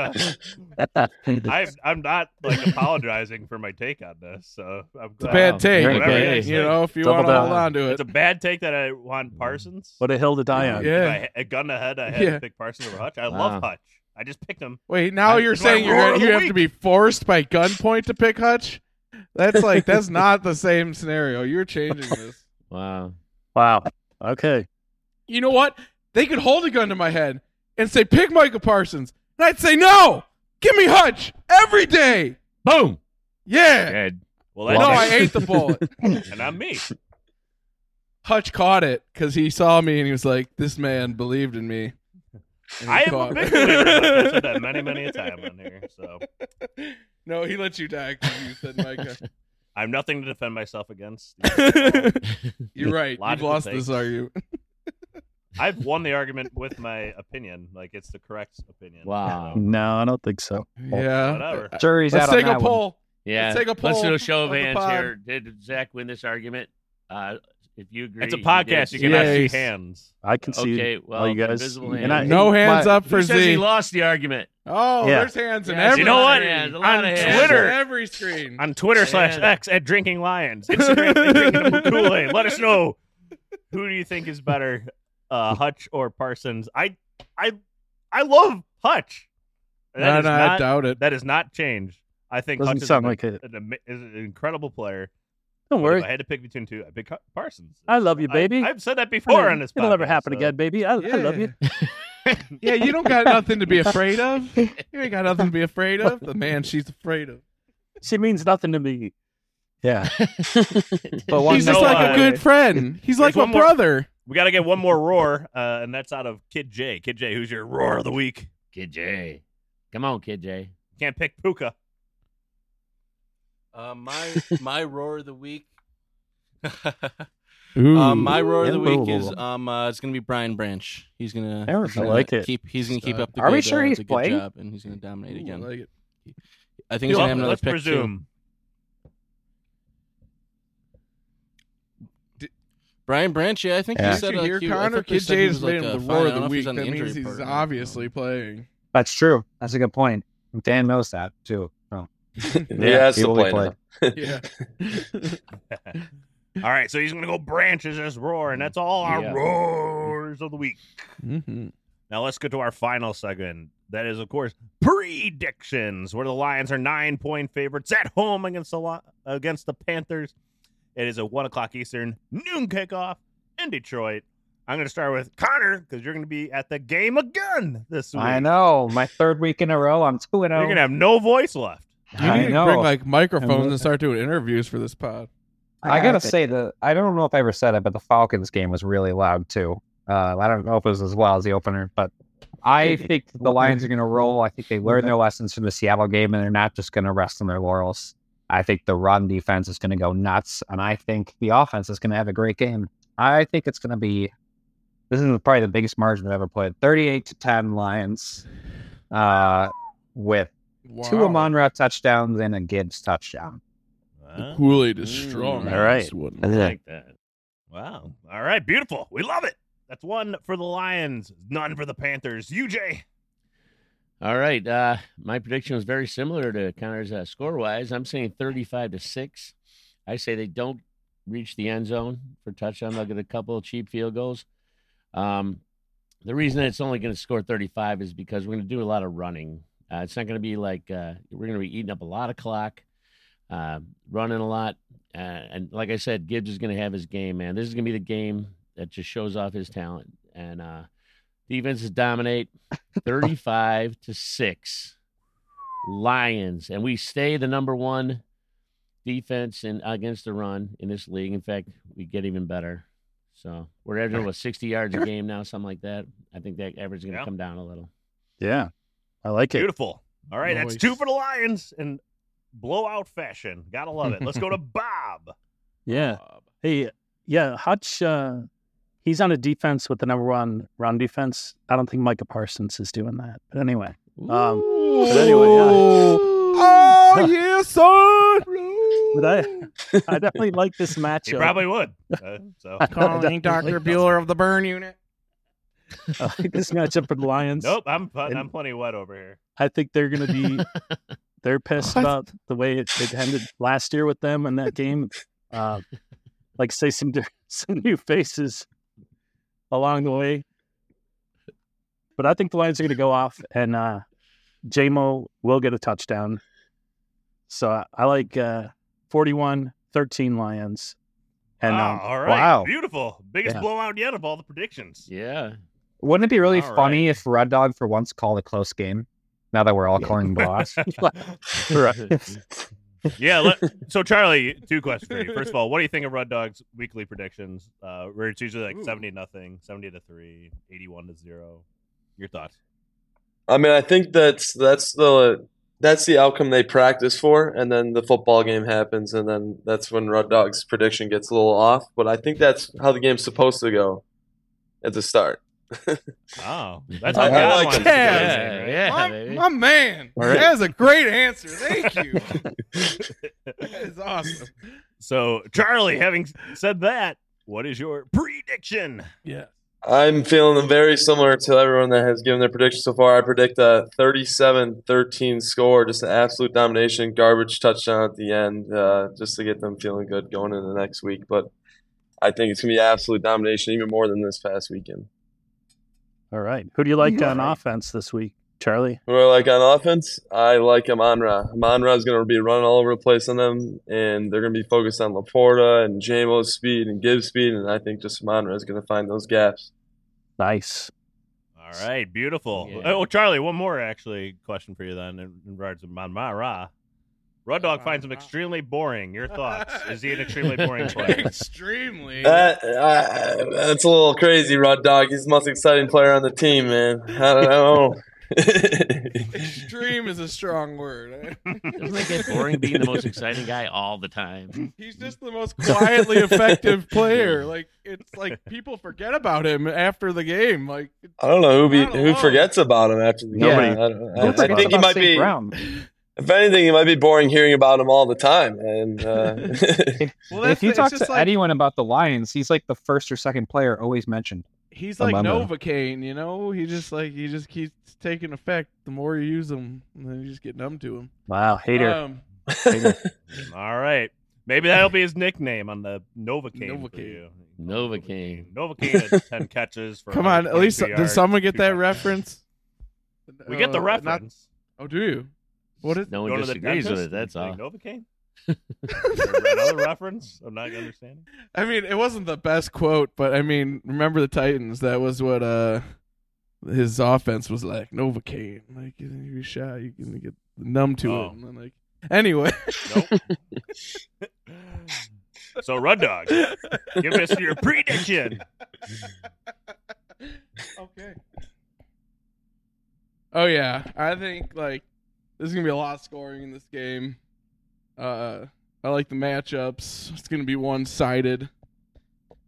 [SPEAKER 1] a. I'm I'm not like apologizing for my take on this, so I'm
[SPEAKER 3] It's a
[SPEAKER 1] glad.
[SPEAKER 3] bad take.
[SPEAKER 5] Very
[SPEAKER 3] okay?
[SPEAKER 1] good.
[SPEAKER 3] You know, if you
[SPEAKER 5] Double
[SPEAKER 3] want to hold
[SPEAKER 5] down.
[SPEAKER 3] on to
[SPEAKER 1] It's
[SPEAKER 3] it.
[SPEAKER 1] a bad take that I want Parsons.
[SPEAKER 5] What a hill to die on.
[SPEAKER 1] If
[SPEAKER 3] Yeah.
[SPEAKER 1] I, a gun to head, I had
[SPEAKER 3] Yeah.
[SPEAKER 1] to pick Parsons over Hutch. I
[SPEAKER 4] Wow.
[SPEAKER 1] love Hutch. I just picked him.
[SPEAKER 3] Wait, now
[SPEAKER 1] I-
[SPEAKER 3] you're
[SPEAKER 1] it's my
[SPEAKER 3] saying
[SPEAKER 1] roar
[SPEAKER 3] you're
[SPEAKER 1] of
[SPEAKER 3] you
[SPEAKER 1] the
[SPEAKER 3] have to
[SPEAKER 1] week.
[SPEAKER 3] be forced by gunpoint to pick Hutch? That's like
[SPEAKER 6] [laughs]
[SPEAKER 3] that's not the same scenario. You're changing this.
[SPEAKER 4] Wow.
[SPEAKER 5] Wow. Okay.
[SPEAKER 3] You know what? They could hold a gun to my head and say, "Pick Micah Parsons," and I'd say, "No, give me Hutch every day."
[SPEAKER 4] Boom.
[SPEAKER 3] Yeah.
[SPEAKER 4] Good.
[SPEAKER 1] Well,
[SPEAKER 3] No, I
[SPEAKER 1] that's [laughs]
[SPEAKER 3] ate the bullet.
[SPEAKER 1] and I'm
[SPEAKER 3] [laughs]
[SPEAKER 1] me.
[SPEAKER 3] Hutch caught it because he saw me and he was like, "This man believed in me." And he
[SPEAKER 1] I am a
[SPEAKER 3] caught
[SPEAKER 1] big
[SPEAKER 3] it.
[SPEAKER 1] believer. in Hutch. I've said
[SPEAKER 3] [laughs]
[SPEAKER 1] that many, many a time on here. So
[SPEAKER 3] No, he let you die because you
[SPEAKER 1] [laughs]
[SPEAKER 3] said Micah. [laughs]
[SPEAKER 1] I'm nothing to defend myself against.
[SPEAKER 3] You're right. You've
[SPEAKER 1] Logical
[SPEAKER 3] lost
[SPEAKER 1] thinking.
[SPEAKER 3] this, are you?
[SPEAKER 1] I've won the argument with my opinion. Like it's the correct opinion.
[SPEAKER 4] Wow.
[SPEAKER 5] No, I don't think so.
[SPEAKER 1] [laughs]
[SPEAKER 3] yeah.
[SPEAKER 1] Whatever.
[SPEAKER 6] jury's
[SPEAKER 3] Let's
[SPEAKER 6] out
[SPEAKER 3] take
[SPEAKER 6] on
[SPEAKER 3] a
[SPEAKER 6] that one.
[SPEAKER 3] poll.
[SPEAKER 4] Yeah.
[SPEAKER 3] Let's take a
[SPEAKER 4] Let's
[SPEAKER 3] poll
[SPEAKER 4] do a show
[SPEAKER 3] of
[SPEAKER 4] of
[SPEAKER 3] the
[SPEAKER 4] hands
[SPEAKER 3] pod.
[SPEAKER 4] here. Did Zach win this argument? Uh, If you agree,
[SPEAKER 1] It's a
[SPEAKER 4] he
[SPEAKER 1] podcast.
[SPEAKER 4] did.
[SPEAKER 1] You cannot
[SPEAKER 3] Yes.
[SPEAKER 1] see hands.
[SPEAKER 5] I can see
[SPEAKER 4] Okay, well,
[SPEAKER 5] all you guys.
[SPEAKER 4] invisible
[SPEAKER 5] And I,
[SPEAKER 4] hand.
[SPEAKER 3] No hands
[SPEAKER 5] my-
[SPEAKER 3] up for
[SPEAKER 4] Who says he
[SPEAKER 3] Z.
[SPEAKER 4] lost the argument?
[SPEAKER 3] Oh,
[SPEAKER 5] Yeah.
[SPEAKER 3] there's hands in
[SPEAKER 4] Yeah,
[SPEAKER 3] every.
[SPEAKER 1] You know what?
[SPEAKER 4] Hands, a lot
[SPEAKER 1] On
[SPEAKER 4] of hands.
[SPEAKER 1] Twitter.
[SPEAKER 3] every screen.
[SPEAKER 1] On Twitter slash
[SPEAKER 4] Yeah.
[SPEAKER 1] X at Drinking Lions. Instagram at Drinking Kool Aid. Let us know who do you think is better, uh, Hutch or Parsons? I, I, I love Hutch. That
[SPEAKER 3] no,
[SPEAKER 1] is
[SPEAKER 3] no, I
[SPEAKER 1] not-
[SPEAKER 3] doubt it.
[SPEAKER 1] That has not changed. I think
[SPEAKER 5] Doesn't
[SPEAKER 1] Hutch is,
[SPEAKER 5] sound
[SPEAKER 1] an-
[SPEAKER 5] like it.
[SPEAKER 1] An, ama- is an incredible player. But
[SPEAKER 5] don't
[SPEAKER 1] if
[SPEAKER 5] worry.
[SPEAKER 1] I had to pick between two, I pick Hu- Parsons.
[SPEAKER 5] I love you,
[SPEAKER 1] I-
[SPEAKER 5] baby.
[SPEAKER 1] I've said that before
[SPEAKER 5] It'll-
[SPEAKER 1] on this.
[SPEAKER 5] It'll never
[SPEAKER 1] podcast,
[SPEAKER 5] happen
[SPEAKER 1] so-
[SPEAKER 5] again, baby. I, I love you.
[SPEAKER 3] [laughs] yeah, you don't got nothing to be afraid of. You ain't got nothing to be afraid of. The man she's afraid of.
[SPEAKER 5] She means nothing to me. Yeah. [laughs]
[SPEAKER 2] But one
[SPEAKER 3] He's
[SPEAKER 1] no,
[SPEAKER 3] just like
[SPEAKER 1] uh,
[SPEAKER 3] a good friend. He's like
[SPEAKER 1] here's
[SPEAKER 3] a
[SPEAKER 1] one more-
[SPEAKER 3] brother.
[SPEAKER 1] We got to get one more roar, uh, and that's out of Kid J. Kid J, who's your roar of the week?
[SPEAKER 4] Kid J. Come on, Kid J.
[SPEAKER 1] Can't pick Puka.
[SPEAKER 10] Uh, my my roar of the week.
[SPEAKER 3] Ooh.
[SPEAKER 10] um, my roar of the
[SPEAKER 5] Ooh.
[SPEAKER 10] week is um uh, it's gonna be Brian Branch. He's gonna
[SPEAKER 5] I
[SPEAKER 10] he's gonna
[SPEAKER 5] like it.
[SPEAKER 10] Keep he's gonna keep
[SPEAKER 3] Uh,
[SPEAKER 10] up the
[SPEAKER 6] are we
[SPEAKER 10] good,
[SPEAKER 6] sure
[SPEAKER 10] uh,
[SPEAKER 6] he's
[SPEAKER 10] the good
[SPEAKER 6] playing?
[SPEAKER 10] job and he's gonna dominate again.
[SPEAKER 3] Like it.
[SPEAKER 10] I think he's gonna have another
[SPEAKER 1] Let's
[SPEAKER 10] pick too.
[SPEAKER 1] presume.
[SPEAKER 10] Brian Branch, yeah, I think
[SPEAKER 6] Yeah.
[SPEAKER 10] he said
[SPEAKER 3] Did you
[SPEAKER 10] a
[SPEAKER 3] hear
[SPEAKER 10] few, I
[SPEAKER 3] Connor?
[SPEAKER 10] think he
[SPEAKER 3] Kid
[SPEAKER 10] said he
[SPEAKER 3] J
[SPEAKER 10] was
[SPEAKER 3] is made
[SPEAKER 10] like
[SPEAKER 3] him
[SPEAKER 10] a
[SPEAKER 3] the
[SPEAKER 10] fine.
[SPEAKER 3] roar
[SPEAKER 10] I
[SPEAKER 3] of
[SPEAKER 10] don't know if
[SPEAKER 3] the
[SPEAKER 10] he's
[SPEAKER 3] week. That
[SPEAKER 10] on the injury
[SPEAKER 3] means he's
[SPEAKER 10] report or not. [laughs]
[SPEAKER 3] obviously playing.
[SPEAKER 6] That's true. That's a good point. Dan knows that too. So.
[SPEAKER 5] Yeah,
[SPEAKER 8] he has
[SPEAKER 6] he
[SPEAKER 8] to
[SPEAKER 6] will be
[SPEAKER 8] play. now.
[SPEAKER 3] Yeah.
[SPEAKER 1] All right, so he's going to go branches as roar, and that's all our
[SPEAKER 4] Yeah.
[SPEAKER 1] roars of the week.
[SPEAKER 3] Mhm.
[SPEAKER 1] Now let's get to our final segment. That is, of course, predictions, where the Lions are nine point favorites at home against the Li- against the Panthers. It is a one o'clock Eastern noon kickoff in Detroit. I'm going to start with Connor because you're going to be at the game again this week.
[SPEAKER 6] I know. My third week in a row. I'm two and
[SPEAKER 1] You're
[SPEAKER 6] zero.
[SPEAKER 1] going to have no voice left.
[SPEAKER 3] You
[SPEAKER 6] I
[SPEAKER 3] need to
[SPEAKER 6] know.
[SPEAKER 3] bring like microphones
[SPEAKER 6] I'm-
[SPEAKER 3] and start doing interviews for this pod.
[SPEAKER 6] I gotta say the I don't know if I ever said it, but the Falcons game was really loud too. Uh, I don't know if it was as loud as the opener, but I think the Lions are gonna roll. I think they learned their lessons from the Seattle game, and they're not just gonna rest on their laurels. I think the run defense is gonna go nuts, and I think the offense is gonna have a great game. I think it's gonna be this is probably the biggest margin I've ever played. Thirty-eight to ten Lions, uh, with two
[SPEAKER 3] Wow.
[SPEAKER 6] Amon Ra touchdowns and a Gibbs touchdown.
[SPEAKER 3] The Kool-Aid is
[SPEAKER 4] Mm,
[SPEAKER 3] strong.
[SPEAKER 5] all right.
[SPEAKER 3] This one.
[SPEAKER 4] I like that.
[SPEAKER 1] Wow. All right. Beautiful. We love it. That's one for the Lions, none for the Panthers. UJ.
[SPEAKER 4] All right. Uh, my prediction was very similar to Connor's uh, score wise. I'm saying 35 to 6. I say they don't reach the end zone for touchdown. They'll get a couple of cheap field goals. Um, the reason it's only going to score 35 is because we're going to do a lot of running. Uh, it's not going to be like uh, we're going to be eating up a lot of clock, uh, running a lot. Uh, and like I said, Gibbs is going to have his game, man. This is going to be the game that just shows off his talent. And uh, defenses dominate 35 to 6. Lions. And we stay the number one defense and against the run in this league. In fact, we get even better. So we're averaging what 60 yards a game now, something like that. I think that average is going to
[SPEAKER 1] Yeah.
[SPEAKER 4] come down a little.
[SPEAKER 5] Yeah. I like it.
[SPEAKER 1] Beautiful. All right, that's
[SPEAKER 3] Nice.
[SPEAKER 1] two for the Lions in blowout fashion. Gotta love it. Let's go
[SPEAKER 5] [laughs]
[SPEAKER 1] to Bob.
[SPEAKER 5] Yeah. Hey, yeah, Hutch, uh, he's on a defense with the number one run defense. I don't think Micah Parsons is doing that. But anyway, um, but anyway, yeah.
[SPEAKER 3] Oh
[SPEAKER 5] [laughs]
[SPEAKER 3] yes, son.
[SPEAKER 5] But I, I definitely like this
[SPEAKER 1] He
[SPEAKER 5] matchup.
[SPEAKER 1] probably
[SPEAKER 5] [laughs]
[SPEAKER 1] would. Uh, so
[SPEAKER 3] [laughs] Calling Doctor Bueller of the Burn Unit.
[SPEAKER 5] [laughs] I like this matchup for the Lions.
[SPEAKER 1] nope, I'm I'm plenty wet over here.
[SPEAKER 5] I think they're going to
[SPEAKER 1] [laughs]
[SPEAKER 5] be they're pissed
[SPEAKER 3] What?
[SPEAKER 5] about the way it, it ended last year with them in that game.
[SPEAKER 1] [laughs]
[SPEAKER 5] Uh, like say some di- some new faces along the way, but I think the Lions are going to go off, and uh, JMO will get a touchdown. So I, I like uh, 41-13 Lions, and
[SPEAKER 1] Ah,
[SPEAKER 5] um,
[SPEAKER 1] all right,
[SPEAKER 6] wow.
[SPEAKER 1] beautiful, biggest
[SPEAKER 5] Yeah.
[SPEAKER 1] blowout yet of all the predictions.
[SPEAKER 4] Yeah.
[SPEAKER 6] Wouldn't it be really
[SPEAKER 1] All
[SPEAKER 6] funny if Red Dog for once called a close game? Now that we're all calling
[SPEAKER 3] [laughs]
[SPEAKER 6] blowouts,
[SPEAKER 1] yeah. Let, so Charlie, two questions for you. First of all, what do you think of Red Dog's weekly predictions? Uh, where it's usually like
[SPEAKER 3] Ooh.
[SPEAKER 1] seventy nothing, seventy to three, 81 to zero. Your thoughts?
[SPEAKER 8] I mean, I think that's that's the that's the outcome they practice for, and then the football game happens, and then that's when Red Dog's prediction gets a little off. But I think that's how the game's supposed to go at the start.
[SPEAKER 1] [laughs] Oh, that's
[SPEAKER 8] I
[SPEAKER 1] how God
[SPEAKER 8] like
[SPEAKER 1] wants
[SPEAKER 8] it.
[SPEAKER 1] to do
[SPEAKER 3] Yeah,
[SPEAKER 1] his thing, right?
[SPEAKER 4] yeah,
[SPEAKER 3] my,
[SPEAKER 4] baby.
[SPEAKER 3] my man.
[SPEAKER 6] All right.
[SPEAKER 3] That is a great answer. Thank
[SPEAKER 5] [laughs]
[SPEAKER 3] you.
[SPEAKER 1] [laughs]
[SPEAKER 3] that is awesome.
[SPEAKER 1] So, Charlie, having said that, What is your prediction?
[SPEAKER 3] Yeah.
[SPEAKER 8] I'm feeling very similar to everyone that has given their prediction so far. I predict a 37-13 score, just an absolute domination, garbage touchdown at the end, uh, just to get them feeling good going into the next week. But I think it's gonna be absolute domination, even more than this past weekend.
[SPEAKER 5] All right. Who do you like on offense this week, Charlie?
[SPEAKER 8] Who I like on offense, I like Amonra. Amonra is going to be running all over the place on them, and they're going to be focused on Laporta and JMO's speed and Gibbs' speed, and I think just Amonra is going to find those gaps.
[SPEAKER 5] Nice.
[SPEAKER 1] All right, beautiful.
[SPEAKER 4] Yeah.
[SPEAKER 1] Oh, Charlie, one more actually question for you then in regards to Manmara. Rud Dog finds him extremely boring. Your thoughts? Is he an
[SPEAKER 4] [laughs]
[SPEAKER 1] extremely
[SPEAKER 3] [laughs]
[SPEAKER 1] boring player?
[SPEAKER 3] Extremely.
[SPEAKER 6] Uh,
[SPEAKER 5] Uh,
[SPEAKER 8] That, I, Uh, I- that's a little crazy, Rod Dog. He's the most exciting player on the team, man. I
[SPEAKER 6] [laughs]
[SPEAKER 8] don't know.
[SPEAKER 3] Extreme is a
[SPEAKER 5] [laughs]
[SPEAKER 3] strong word.
[SPEAKER 4] Doesn't it get boring being the most exciting guy all the
[SPEAKER 3] [laughs]
[SPEAKER 4] time?
[SPEAKER 3] He's just the most quietly effective player. Like it's like people forget about him after the game. Like
[SPEAKER 8] I don't know who be,
[SPEAKER 3] Not alone.
[SPEAKER 8] who forgets about him after the game.
[SPEAKER 6] Nobody-
[SPEAKER 8] I, don't- I-
[SPEAKER 6] Who
[SPEAKER 8] I
[SPEAKER 6] forgets
[SPEAKER 8] think he
[SPEAKER 6] about
[SPEAKER 8] might
[SPEAKER 6] St.
[SPEAKER 8] be.
[SPEAKER 6] Brown?
[SPEAKER 8] If anything, he might be boring hearing about him all the time.
[SPEAKER 6] [laughs]
[SPEAKER 8] And uh, [laughs]
[SPEAKER 3] well,
[SPEAKER 6] if you
[SPEAKER 3] the- it's
[SPEAKER 6] talk
[SPEAKER 3] just
[SPEAKER 6] to
[SPEAKER 3] like,
[SPEAKER 6] anyone about the Lions, he's like the first or second player always mentioned.
[SPEAKER 3] he's like
[SPEAKER 6] Amanda.
[SPEAKER 3] Novocaine. You know, he just like he just keeps taking effect. The more you use him, and then you just get numb to him.
[SPEAKER 5] Wow, hater.
[SPEAKER 3] Um,
[SPEAKER 1] [laughs] All right, maybe that'll be his nickname on the Novocaine. for
[SPEAKER 3] Novocaine.
[SPEAKER 1] you.
[SPEAKER 4] Novocaine.
[SPEAKER 1] Novocaine had
[SPEAKER 4] [laughs]
[SPEAKER 1] ten catches for.
[SPEAKER 3] come on, at least
[SPEAKER 1] 122
[SPEAKER 3] did
[SPEAKER 1] yards,
[SPEAKER 3] someone get
[SPEAKER 1] two
[SPEAKER 3] that
[SPEAKER 1] touchdowns.
[SPEAKER 3] reference?
[SPEAKER 1] We get the
[SPEAKER 3] Uh, not-
[SPEAKER 1] reference.
[SPEAKER 3] oh, do you? What [laughs] is?
[SPEAKER 4] No one
[SPEAKER 1] Go to the
[SPEAKER 4] disagrees with it.
[SPEAKER 1] dentist
[SPEAKER 4] That's all.
[SPEAKER 1] and take Novocaine. Is there another reference? I'm not understanding.
[SPEAKER 3] I mean, it wasn't the best quote, but I mean, remember the Titans? That was what uh his offense was like. Novocaine, like you shot, you can get numb to
[SPEAKER 1] Oh.
[SPEAKER 3] it. And then, like anyway,
[SPEAKER 1] Nope.
[SPEAKER 4] [laughs]
[SPEAKER 1] so, Rud Dog, give us your prediction.
[SPEAKER 3] okay. Oh yeah, I think like there's gonna be a lot of scoring in this game. Uh, I like the matchups. It's gonna be one sided.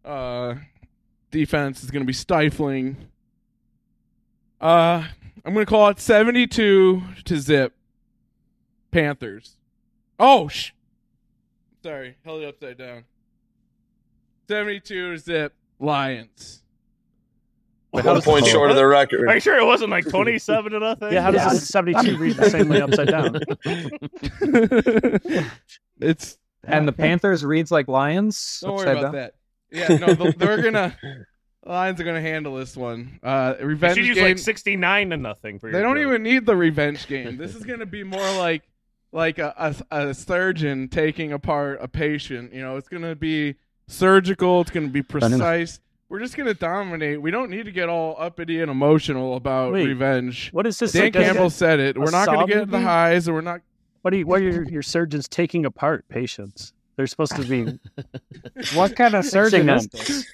[SPEAKER 3] Uh, defense is gonna be stifling. Uh, I'm gonna call it 72 to zip. Panthers. Oh sh. Sorry, held it upside down. 72 to zip Lions.
[SPEAKER 8] one point short of the record.
[SPEAKER 1] Are you sure it wasn't like 27 to nothing?
[SPEAKER 5] Yeah, how does
[SPEAKER 6] Yeah.
[SPEAKER 5] this 72 read the same way upside [laughs] down?
[SPEAKER 6] [laughs]
[SPEAKER 3] it's
[SPEAKER 6] And the Panthers reads like Lions.
[SPEAKER 3] don't
[SPEAKER 6] upside
[SPEAKER 3] worry
[SPEAKER 6] down.
[SPEAKER 3] about that. Yeah, no, the, they're gonna Lions are gonna handle this one. Uh,
[SPEAKER 1] You
[SPEAKER 3] revenge
[SPEAKER 1] should use
[SPEAKER 3] game.
[SPEAKER 1] like 69 to nothing for
[SPEAKER 3] they
[SPEAKER 1] your
[SPEAKER 3] don't
[SPEAKER 1] joke.
[SPEAKER 3] even need the revenge game. This is gonna be more like like a, a a surgeon taking apart a patient. You know, it's gonna be surgical. It's gonna be precise. We're just gonna dominate. We don't need to get all uppity and emotional about
[SPEAKER 5] Wait.
[SPEAKER 3] revenge.
[SPEAKER 5] What is this?
[SPEAKER 3] Dan
[SPEAKER 5] like, a-
[SPEAKER 3] Campbell said it.
[SPEAKER 5] a
[SPEAKER 3] We're not gonna
[SPEAKER 5] Saw
[SPEAKER 3] get the
[SPEAKER 5] movie?
[SPEAKER 3] highs, and we're not
[SPEAKER 5] What, do you, what are your, your surgeons taking apart patients? They're supposed to [laughs] be
[SPEAKER 6] What kind
[SPEAKER 3] [laughs]
[SPEAKER 6] of surgeon
[SPEAKER 5] Sing
[SPEAKER 6] is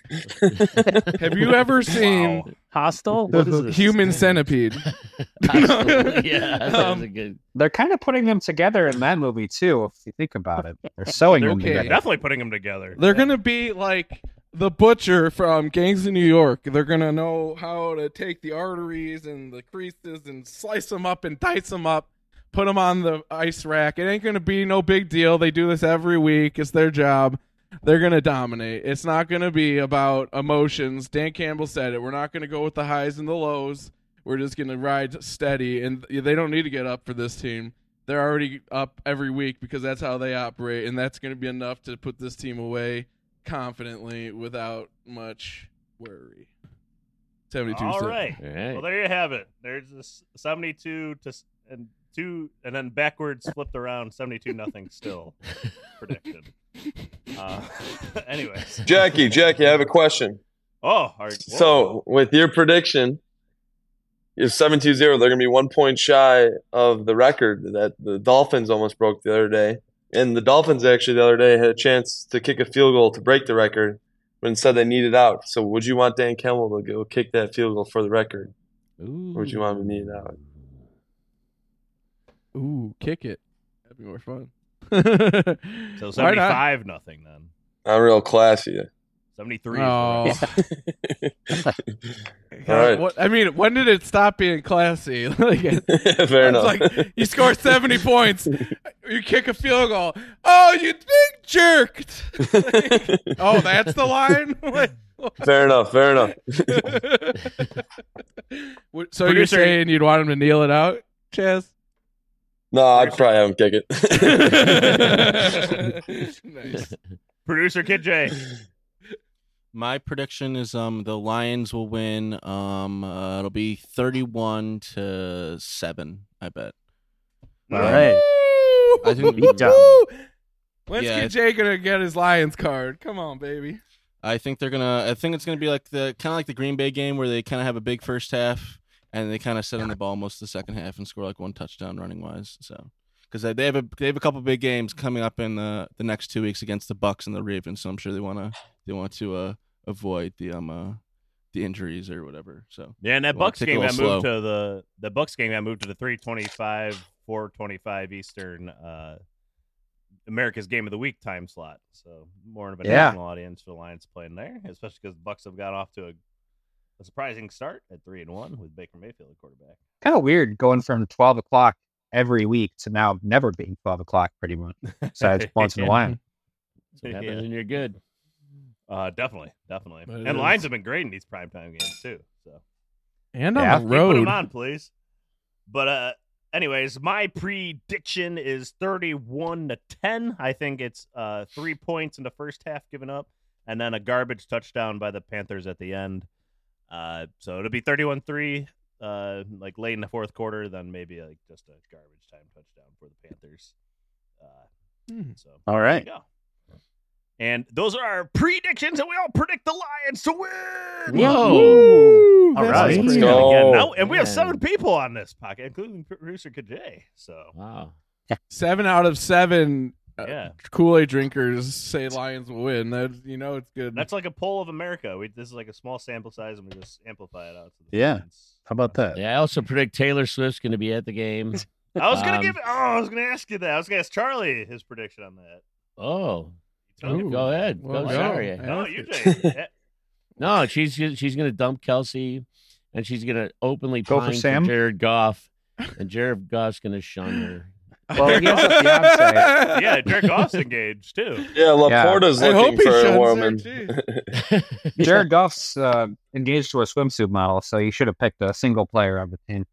[SPEAKER 5] on.
[SPEAKER 6] this?
[SPEAKER 4] [laughs]
[SPEAKER 3] Have
[SPEAKER 5] [laughs]
[SPEAKER 3] you ever seen
[SPEAKER 5] hostile. What is
[SPEAKER 3] the
[SPEAKER 5] this?
[SPEAKER 3] human centipede?
[SPEAKER 4] Absolutely, yeah, [laughs] that was a
[SPEAKER 3] Um,
[SPEAKER 4] good.
[SPEAKER 6] They're kind of putting them together in that movie too. If you think about it, they're sewing them
[SPEAKER 3] Okay.
[SPEAKER 6] together.
[SPEAKER 1] Definitely putting them together.
[SPEAKER 3] They're gonna be like the butcher from Gangs of New York. They're gonna know how to take the arteries and the creases and slice them up and dice them up, put them on the ice rack. It ain't gonna be no big deal. They do this every week. It's their job. They're gonna dominate. It's not gonna be about emotions. Dan Campbell said it. We're not gonna go with the highs and the lows. We're just gonna ride steady, and they don't need to get up for this team they're already up every week because that's how they operate, and that's going to be enough to put this team away confidently without much worry. Seventy-two.
[SPEAKER 1] All
[SPEAKER 3] seven.
[SPEAKER 1] right.
[SPEAKER 4] All right.
[SPEAKER 1] Well, there you have it. There's this 72 to s- and two, and then backwards flipped around 72 nothing
[SPEAKER 3] [laughs]
[SPEAKER 1] still predicted. Uh, [laughs] anyways,
[SPEAKER 8] Jackie, Jackie, I have a question.
[SPEAKER 1] [laughs] oh, all right. Whoa.
[SPEAKER 8] So, with your prediction, if 7-2-0, they're going to be one point shy of the record that the Dolphins almost broke the other day. And the Dolphins actually the other day had a chance to kick a field goal to break the record, but instead they needed out. So, would you want Dan Campbell to go kick that field goal for the record? Or would you want him to need out?
[SPEAKER 3] Ooh, kick it. That'd be more fun.
[SPEAKER 1] [laughs] so
[SPEAKER 3] [laughs] Why not?
[SPEAKER 1] 75 nothing then.
[SPEAKER 8] I'm real classy. [laughs]
[SPEAKER 1] 73.
[SPEAKER 3] Oh. [laughs]
[SPEAKER 1] is the rest.
[SPEAKER 8] All right.
[SPEAKER 3] What- I mean, when did it stop being classy? [laughs] like, it-
[SPEAKER 8] [laughs] Fair
[SPEAKER 3] it's
[SPEAKER 8] enough.
[SPEAKER 3] like you score
[SPEAKER 8] [laughs]
[SPEAKER 3] seventy points, you kick a field goal. Oh, you big jerked. oh, that's the line. What-
[SPEAKER 8] fair enough. Fair enough.
[SPEAKER 3] [laughs] What- so you're
[SPEAKER 1] Producer-
[SPEAKER 3] saying you'd want him to kneel it out, Chaz?
[SPEAKER 8] No, I'd probably have him kick
[SPEAKER 3] [laughs]
[SPEAKER 10] [laughs]
[SPEAKER 8] it. [laughs]
[SPEAKER 3] nice.
[SPEAKER 1] Producer Kid J.
[SPEAKER 10] My prediction is um the Lions will win. Um, uh, it'll be thirty-one to seven. I bet.
[SPEAKER 5] All right.
[SPEAKER 10] I think-
[SPEAKER 5] Beat down.
[SPEAKER 3] When's
[SPEAKER 10] Yeah,
[SPEAKER 3] Kid
[SPEAKER 10] it-
[SPEAKER 3] Jay gonna get his Lions card? Come on, baby.
[SPEAKER 10] I think they're gonna. I think it's gonna be like the kind of like the Green Bay game where they kind of have a big first half and they kind of sit on the ball most of the second half and score like one touchdown running wise. So because they, they have a they have a couple big games coming up in Uh, the the next two weeks against the Bucks and the Ravens, so I'm sure they wanna they want to uh avoid the um uh the injuries or whatever. So
[SPEAKER 1] Yeah, and that
[SPEAKER 10] Well,
[SPEAKER 1] Bucks
[SPEAKER 10] take a
[SPEAKER 1] game got
[SPEAKER 10] little
[SPEAKER 1] moved to the the Bucks game got moved to the 325, 425 Eastern uh America's game of the week time slot. So more of a
[SPEAKER 6] Yeah.
[SPEAKER 1] national audience for the Lions playing there, especially because the Bucks have got off to a, a surprising start at three and one with Baker Mayfield at quarterback. [laughs]
[SPEAKER 6] kind of weird going from 12 o'clock every week to now never being 12 o'clock pretty much
[SPEAKER 5] [laughs]
[SPEAKER 6] besides once in a while
[SPEAKER 4] That's what happens
[SPEAKER 1] [laughs] Yeah.
[SPEAKER 4] when you're good.
[SPEAKER 1] Uh definitely, definitely.
[SPEAKER 3] But it
[SPEAKER 1] and Lions
[SPEAKER 3] is-
[SPEAKER 1] have been great in these primetime games too. So
[SPEAKER 3] And on
[SPEAKER 6] Yeah.
[SPEAKER 3] the
[SPEAKER 1] Hey, Put
[SPEAKER 3] road.
[SPEAKER 1] them on, please. But uh anyways, my prediction is 31 to 10. I think it's uh 3 points in the first half given up and then a garbage touchdown by the Panthers at the end. Uh so it'll be 31-3 uh like late in the fourth quarter then maybe like just a garbage time touchdown for the Panthers. Uh
[SPEAKER 3] Hmm.
[SPEAKER 1] so
[SPEAKER 5] All right.
[SPEAKER 1] yeah. And those are our predictions and we all predict the Lions to win.
[SPEAKER 3] Woo!
[SPEAKER 5] All
[SPEAKER 3] That's
[SPEAKER 5] right.
[SPEAKER 3] what's
[SPEAKER 8] Let's
[SPEAKER 3] up.
[SPEAKER 8] go.
[SPEAKER 1] Again,
[SPEAKER 8] Oh,
[SPEAKER 1] now- and we have
[SPEAKER 4] man.
[SPEAKER 1] seven people on this pocket, including producer Kajay. So
[SPEAKER 4] Wow.
[SPEAKER 3] Seven out of seven uh,
[SPEAKER 1] yeah,
[SPEAKER 3] Kool Aid drinkers say Lions will win. That you know it's good.
[SPEAKER 1] that's like a poll of America. We, this is like a small sample size, and we just amplify it out. To the
[SPEAKER 5] Yeah.
[SPEAKER 1] fans.
[SPEAKER 5] How about that?
[SPEAKER 4] Yeah, I also predict Taylor Swift's going to be at the game.
[SPEAKER 1] I was gonna
[SPEAKER 4] Um,
[SPEAKER 1] give. Oh, I was gonna ask you that. I was gonna ask Charlie his prediction on that.
[SPEAKER 4] Oh,
[SPEAKER 1] Tell you.
[SPEAKER 4] go ahead.
[SPEAKER 3] Well,
[SPEAKER 4] go
[SPEAKER 3] go.
[SPEAKER 4] sorry.
[SPEAKER 3] Yeah.
[SPEAKER 1] No, Oh, you Jay.
[SPEAKER 4] No, she's ju- she's going to dump Kelsey, and she's going to openly
[SPEAKER 6] Go for
[SPEAKER 4] pine to
[SPEAKER 6] Sam?
[SPEAKER 4] Jared Goff, and Jared Goff's going to shun her.
[SPEAKER 6] well he has a fiance
[SPEAKER 5] [laughs]
[SPEAKER 1] yeah, yeah Derek
[SPEAKER 3] [laughs]
[SPEAKER 1] Goff's engaged too.
[SPEAKER 8] yeah, Laporta's
[SPEAKER 3] I hope
[SPEAKER 8] looking
[SPEAKER 3] he
[SPEAKER 8] for
[SPEAKER 3] shuts
[SPEAKER 8] a
[SPEAKER 3] her,
[SPEAKER 8] woman.
[SPEAKER 3] too.
[SPEAKER 6] [laughs] jared goff's uh, engaged to a swimsuit model so you should have picked a single player on the team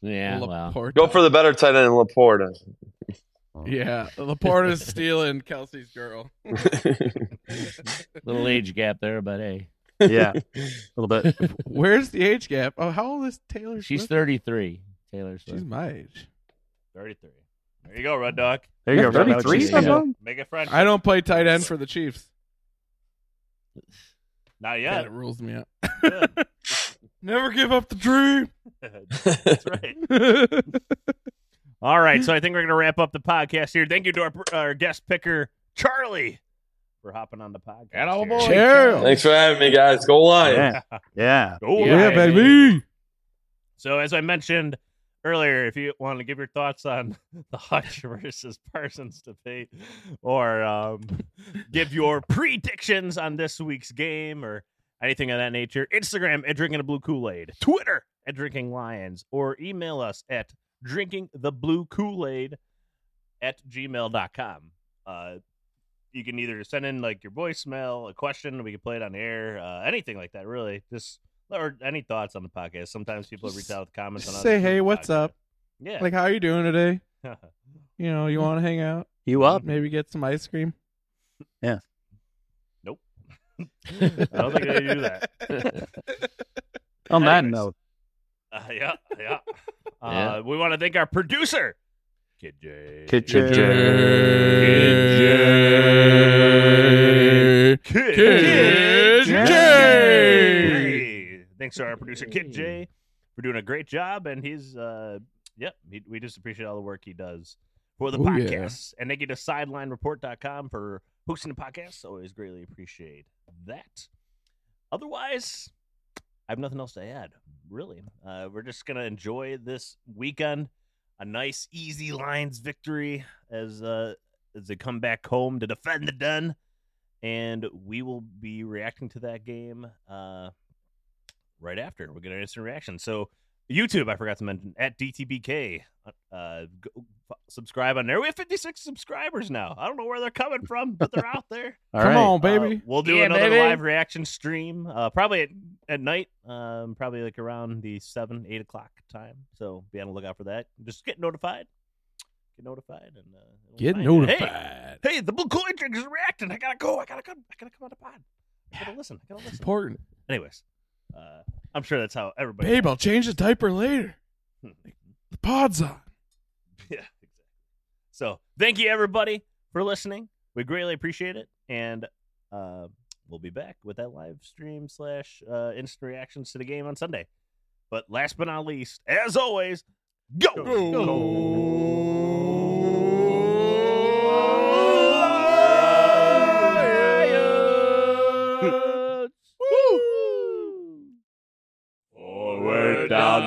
[SPEAKER 4] Yeah, well,
[SPEAKER 8] [laughs]
[SPEAKER 3] Laporta.
[SPEAKER 8] Go for the better tight end,
[SPEAKER 3] [laughs]
[SPEAKER 8] Laporta. [laughs]
[SPEAKER 3] yeah. Laporta's stealing Kelsey's girl.
[SPEAKER 4] little age gap there, but hey,
[SPEAKER 5] Yeah. A little bit.
[SPEAKER 3] Where's the age gap? Oh, how old is Taylor?
[SPEAKER 4] she's
[SPEAKER 3] Swift?
[SPEAKER 4] thirty three. Taylor
[SPEAKER 3] She's
[SPEAKER 4] Swift.
[SPEAKER 3] my age.
[SPEAKER 1] Thirty-three. There you go, Red Dog.
[SPEAKER 5] There you go. Rob. That was
[SPEAKER 6] 33
[SPEAKER 5] just-
[SPEAKER 4] somehow?
[SPEAKER 6] someone?
[SPEAKER 1] Make a friend.
[SPEAKER 3] I don't play tight end for the Chiefs.
[SPEAKER 1] Not
[SPEAKER 3] Yeah, [laughs]
[SPEAKER 1] yet. [laughs]
[SPEAKER 3] it rules me out.
[SPEAKER 1] Good.
[SPEAKER 3] [laughs] Never give up the [laughs] dream.
[SPEAKER 1] That's right. All right, so I think we're going to wrap up the podcast here. Thank you to our, our guest picker, Charlie, for hopping on the podcast.
[SPEAKER 4] That old
[SPEAKER 1] here.
[SPEAKER 4] boy.
[SPEAKER 3] Cheers.
[SPEAKER 8] Thanks for having me, guys. Go Lions.
[SPEAKER 5] Yeah. Yeah.
[SPEAKER 1] Go
[SPEAKER 4] Yeah,
[SPEAKER 1] Lions.
[SPEAKER 3] baby.
[SPEAKER 1] So, as I mentioned earlier, if you want to give your thoughts on [laughs] the Hutch versus Parsons debate, or um, give your predictions on this week's game, or anything of that nature, Instagram at Drinking a Blue Kool Aid, Twitter at Drinking Lions, or email us at Drinking the Blue Kool Aid at gmail.com. Uh, you can either send in like your voicemail, a question, we can play it on the air, uh, anything like that, really. Just or any thoughts on the podcast. Sometimes people
[SPEAKER 3] Just-
[SPEAKER 1] reach out with comments on
[SPEAKER 3] just
[SPEAKER 1] other
[SPEAKER 3] say,
[SPEAKER 1] people's
[SPEAKER 3] "Hey, what's
[SPEAKER 1] podcasts."
[SPEAKER 3] up?"
[SPEAKER 1] Yeah. [laughs]
[SPEAKER 3] Like, how are you doing today? You know, you want to hang out?
[SPEAKER 5] You up?
[SPEAKER 3] Maybe get some ice cream.
[SPEAKER 1] nope. I don't think they do that.
[SPEAKER 5] [laughs] On that
[SPEAKER 1] Anyways.
[SPEAKER 5] note,
[SPEAKER 1] Uh, yeah,
[SPEAKER 5] [laughs]
[SPEAKER 1] yeah. Uh,
[SPEAKER 4] Yeah.
[SPEAKER 1] We want to thank our producer, Kid J.
[SPEAKER 5] Kid J.
[SPEAKER 1] Kid J. Kid,
[SPEAKER 3] Kid
[SPEAKER 1] J.
[SPEAKER 3] J.
[SPEAKER 1] Hey, Thanks to our producer, Kid J, for doing a great job. And he's, uh, yep, he, we just appreciate all the work he does for the
[SPEAKER 3] Oh, yeah.
[SPEAKER 1] podcast. And thank you to SidelineReport.com for hosting the podcast. Always greatly appreciate that. Otherwise, I have nothing else to add, really. Uh, we're just going to enjoy this weekend. A nice, easy Lions victory as uh, as they come back home to defend the den and we will be reacting to that game uh, right after. We're going to instant reaction. So, YouTube, I forgot to mention, at DTBK. Uh, go, f- subscribe on there. We have 56 subscribers now. I don't know where they're coming from, but they're out
[SPEAKER 3] [laughs]
[SPEAKER 1] there.
[SPEAKER 5] All
[SPEAKER 3] Come
[SPEAKER 5] right.
[SPEAKER 3] on,
[SPEAKER 1] Uh,
[SPEAKER 3] baby.
[SPEAKER 1] we'll do
[SPEAKER 4] Yeah,
[SPEAKER 1] another
[SPEAKER 4] baby.
[SPEAKER 1] live reaction stream, uh, probably at, at night, um, probably like around the seven, eight o'clock time. So be on the lookout for that. Just get notified. Get notified and uh, it'll
[SPEAKER 3] Get
[SPEAKER 1] remind you,
[SPEAKER 3] notified.
[SPEAKER 1] Hey, hey, the blue coin drink is reacting. I gotta go. I gotta come. I gotta come on the pod. I
[SPEAKER 3] [sighs]
[SPEAKER 1] gotta listen. I gotta
[SPEAKER 3] It's
[SPEAKER 1] listen.
[SPEAKER 3] important.
[SPEAKER 1] Anyways, uh, I'm sure that's how everybody.
[SPEAKER 3] Babe, I'll change the diaper later. The pod's on.
[SPEAKER 1] [laughs] yeah, exactly. So thank you everybody for listening. We greatly appreciate it, and uh, we'll be back with that live stream slash uh, instant reactions to the game on Sunday. But last but not least, as always, go.
[SPEAKER 11] Forward down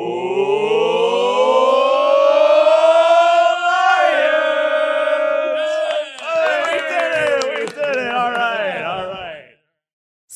[SPEAKER 1] We did it! All right, all right.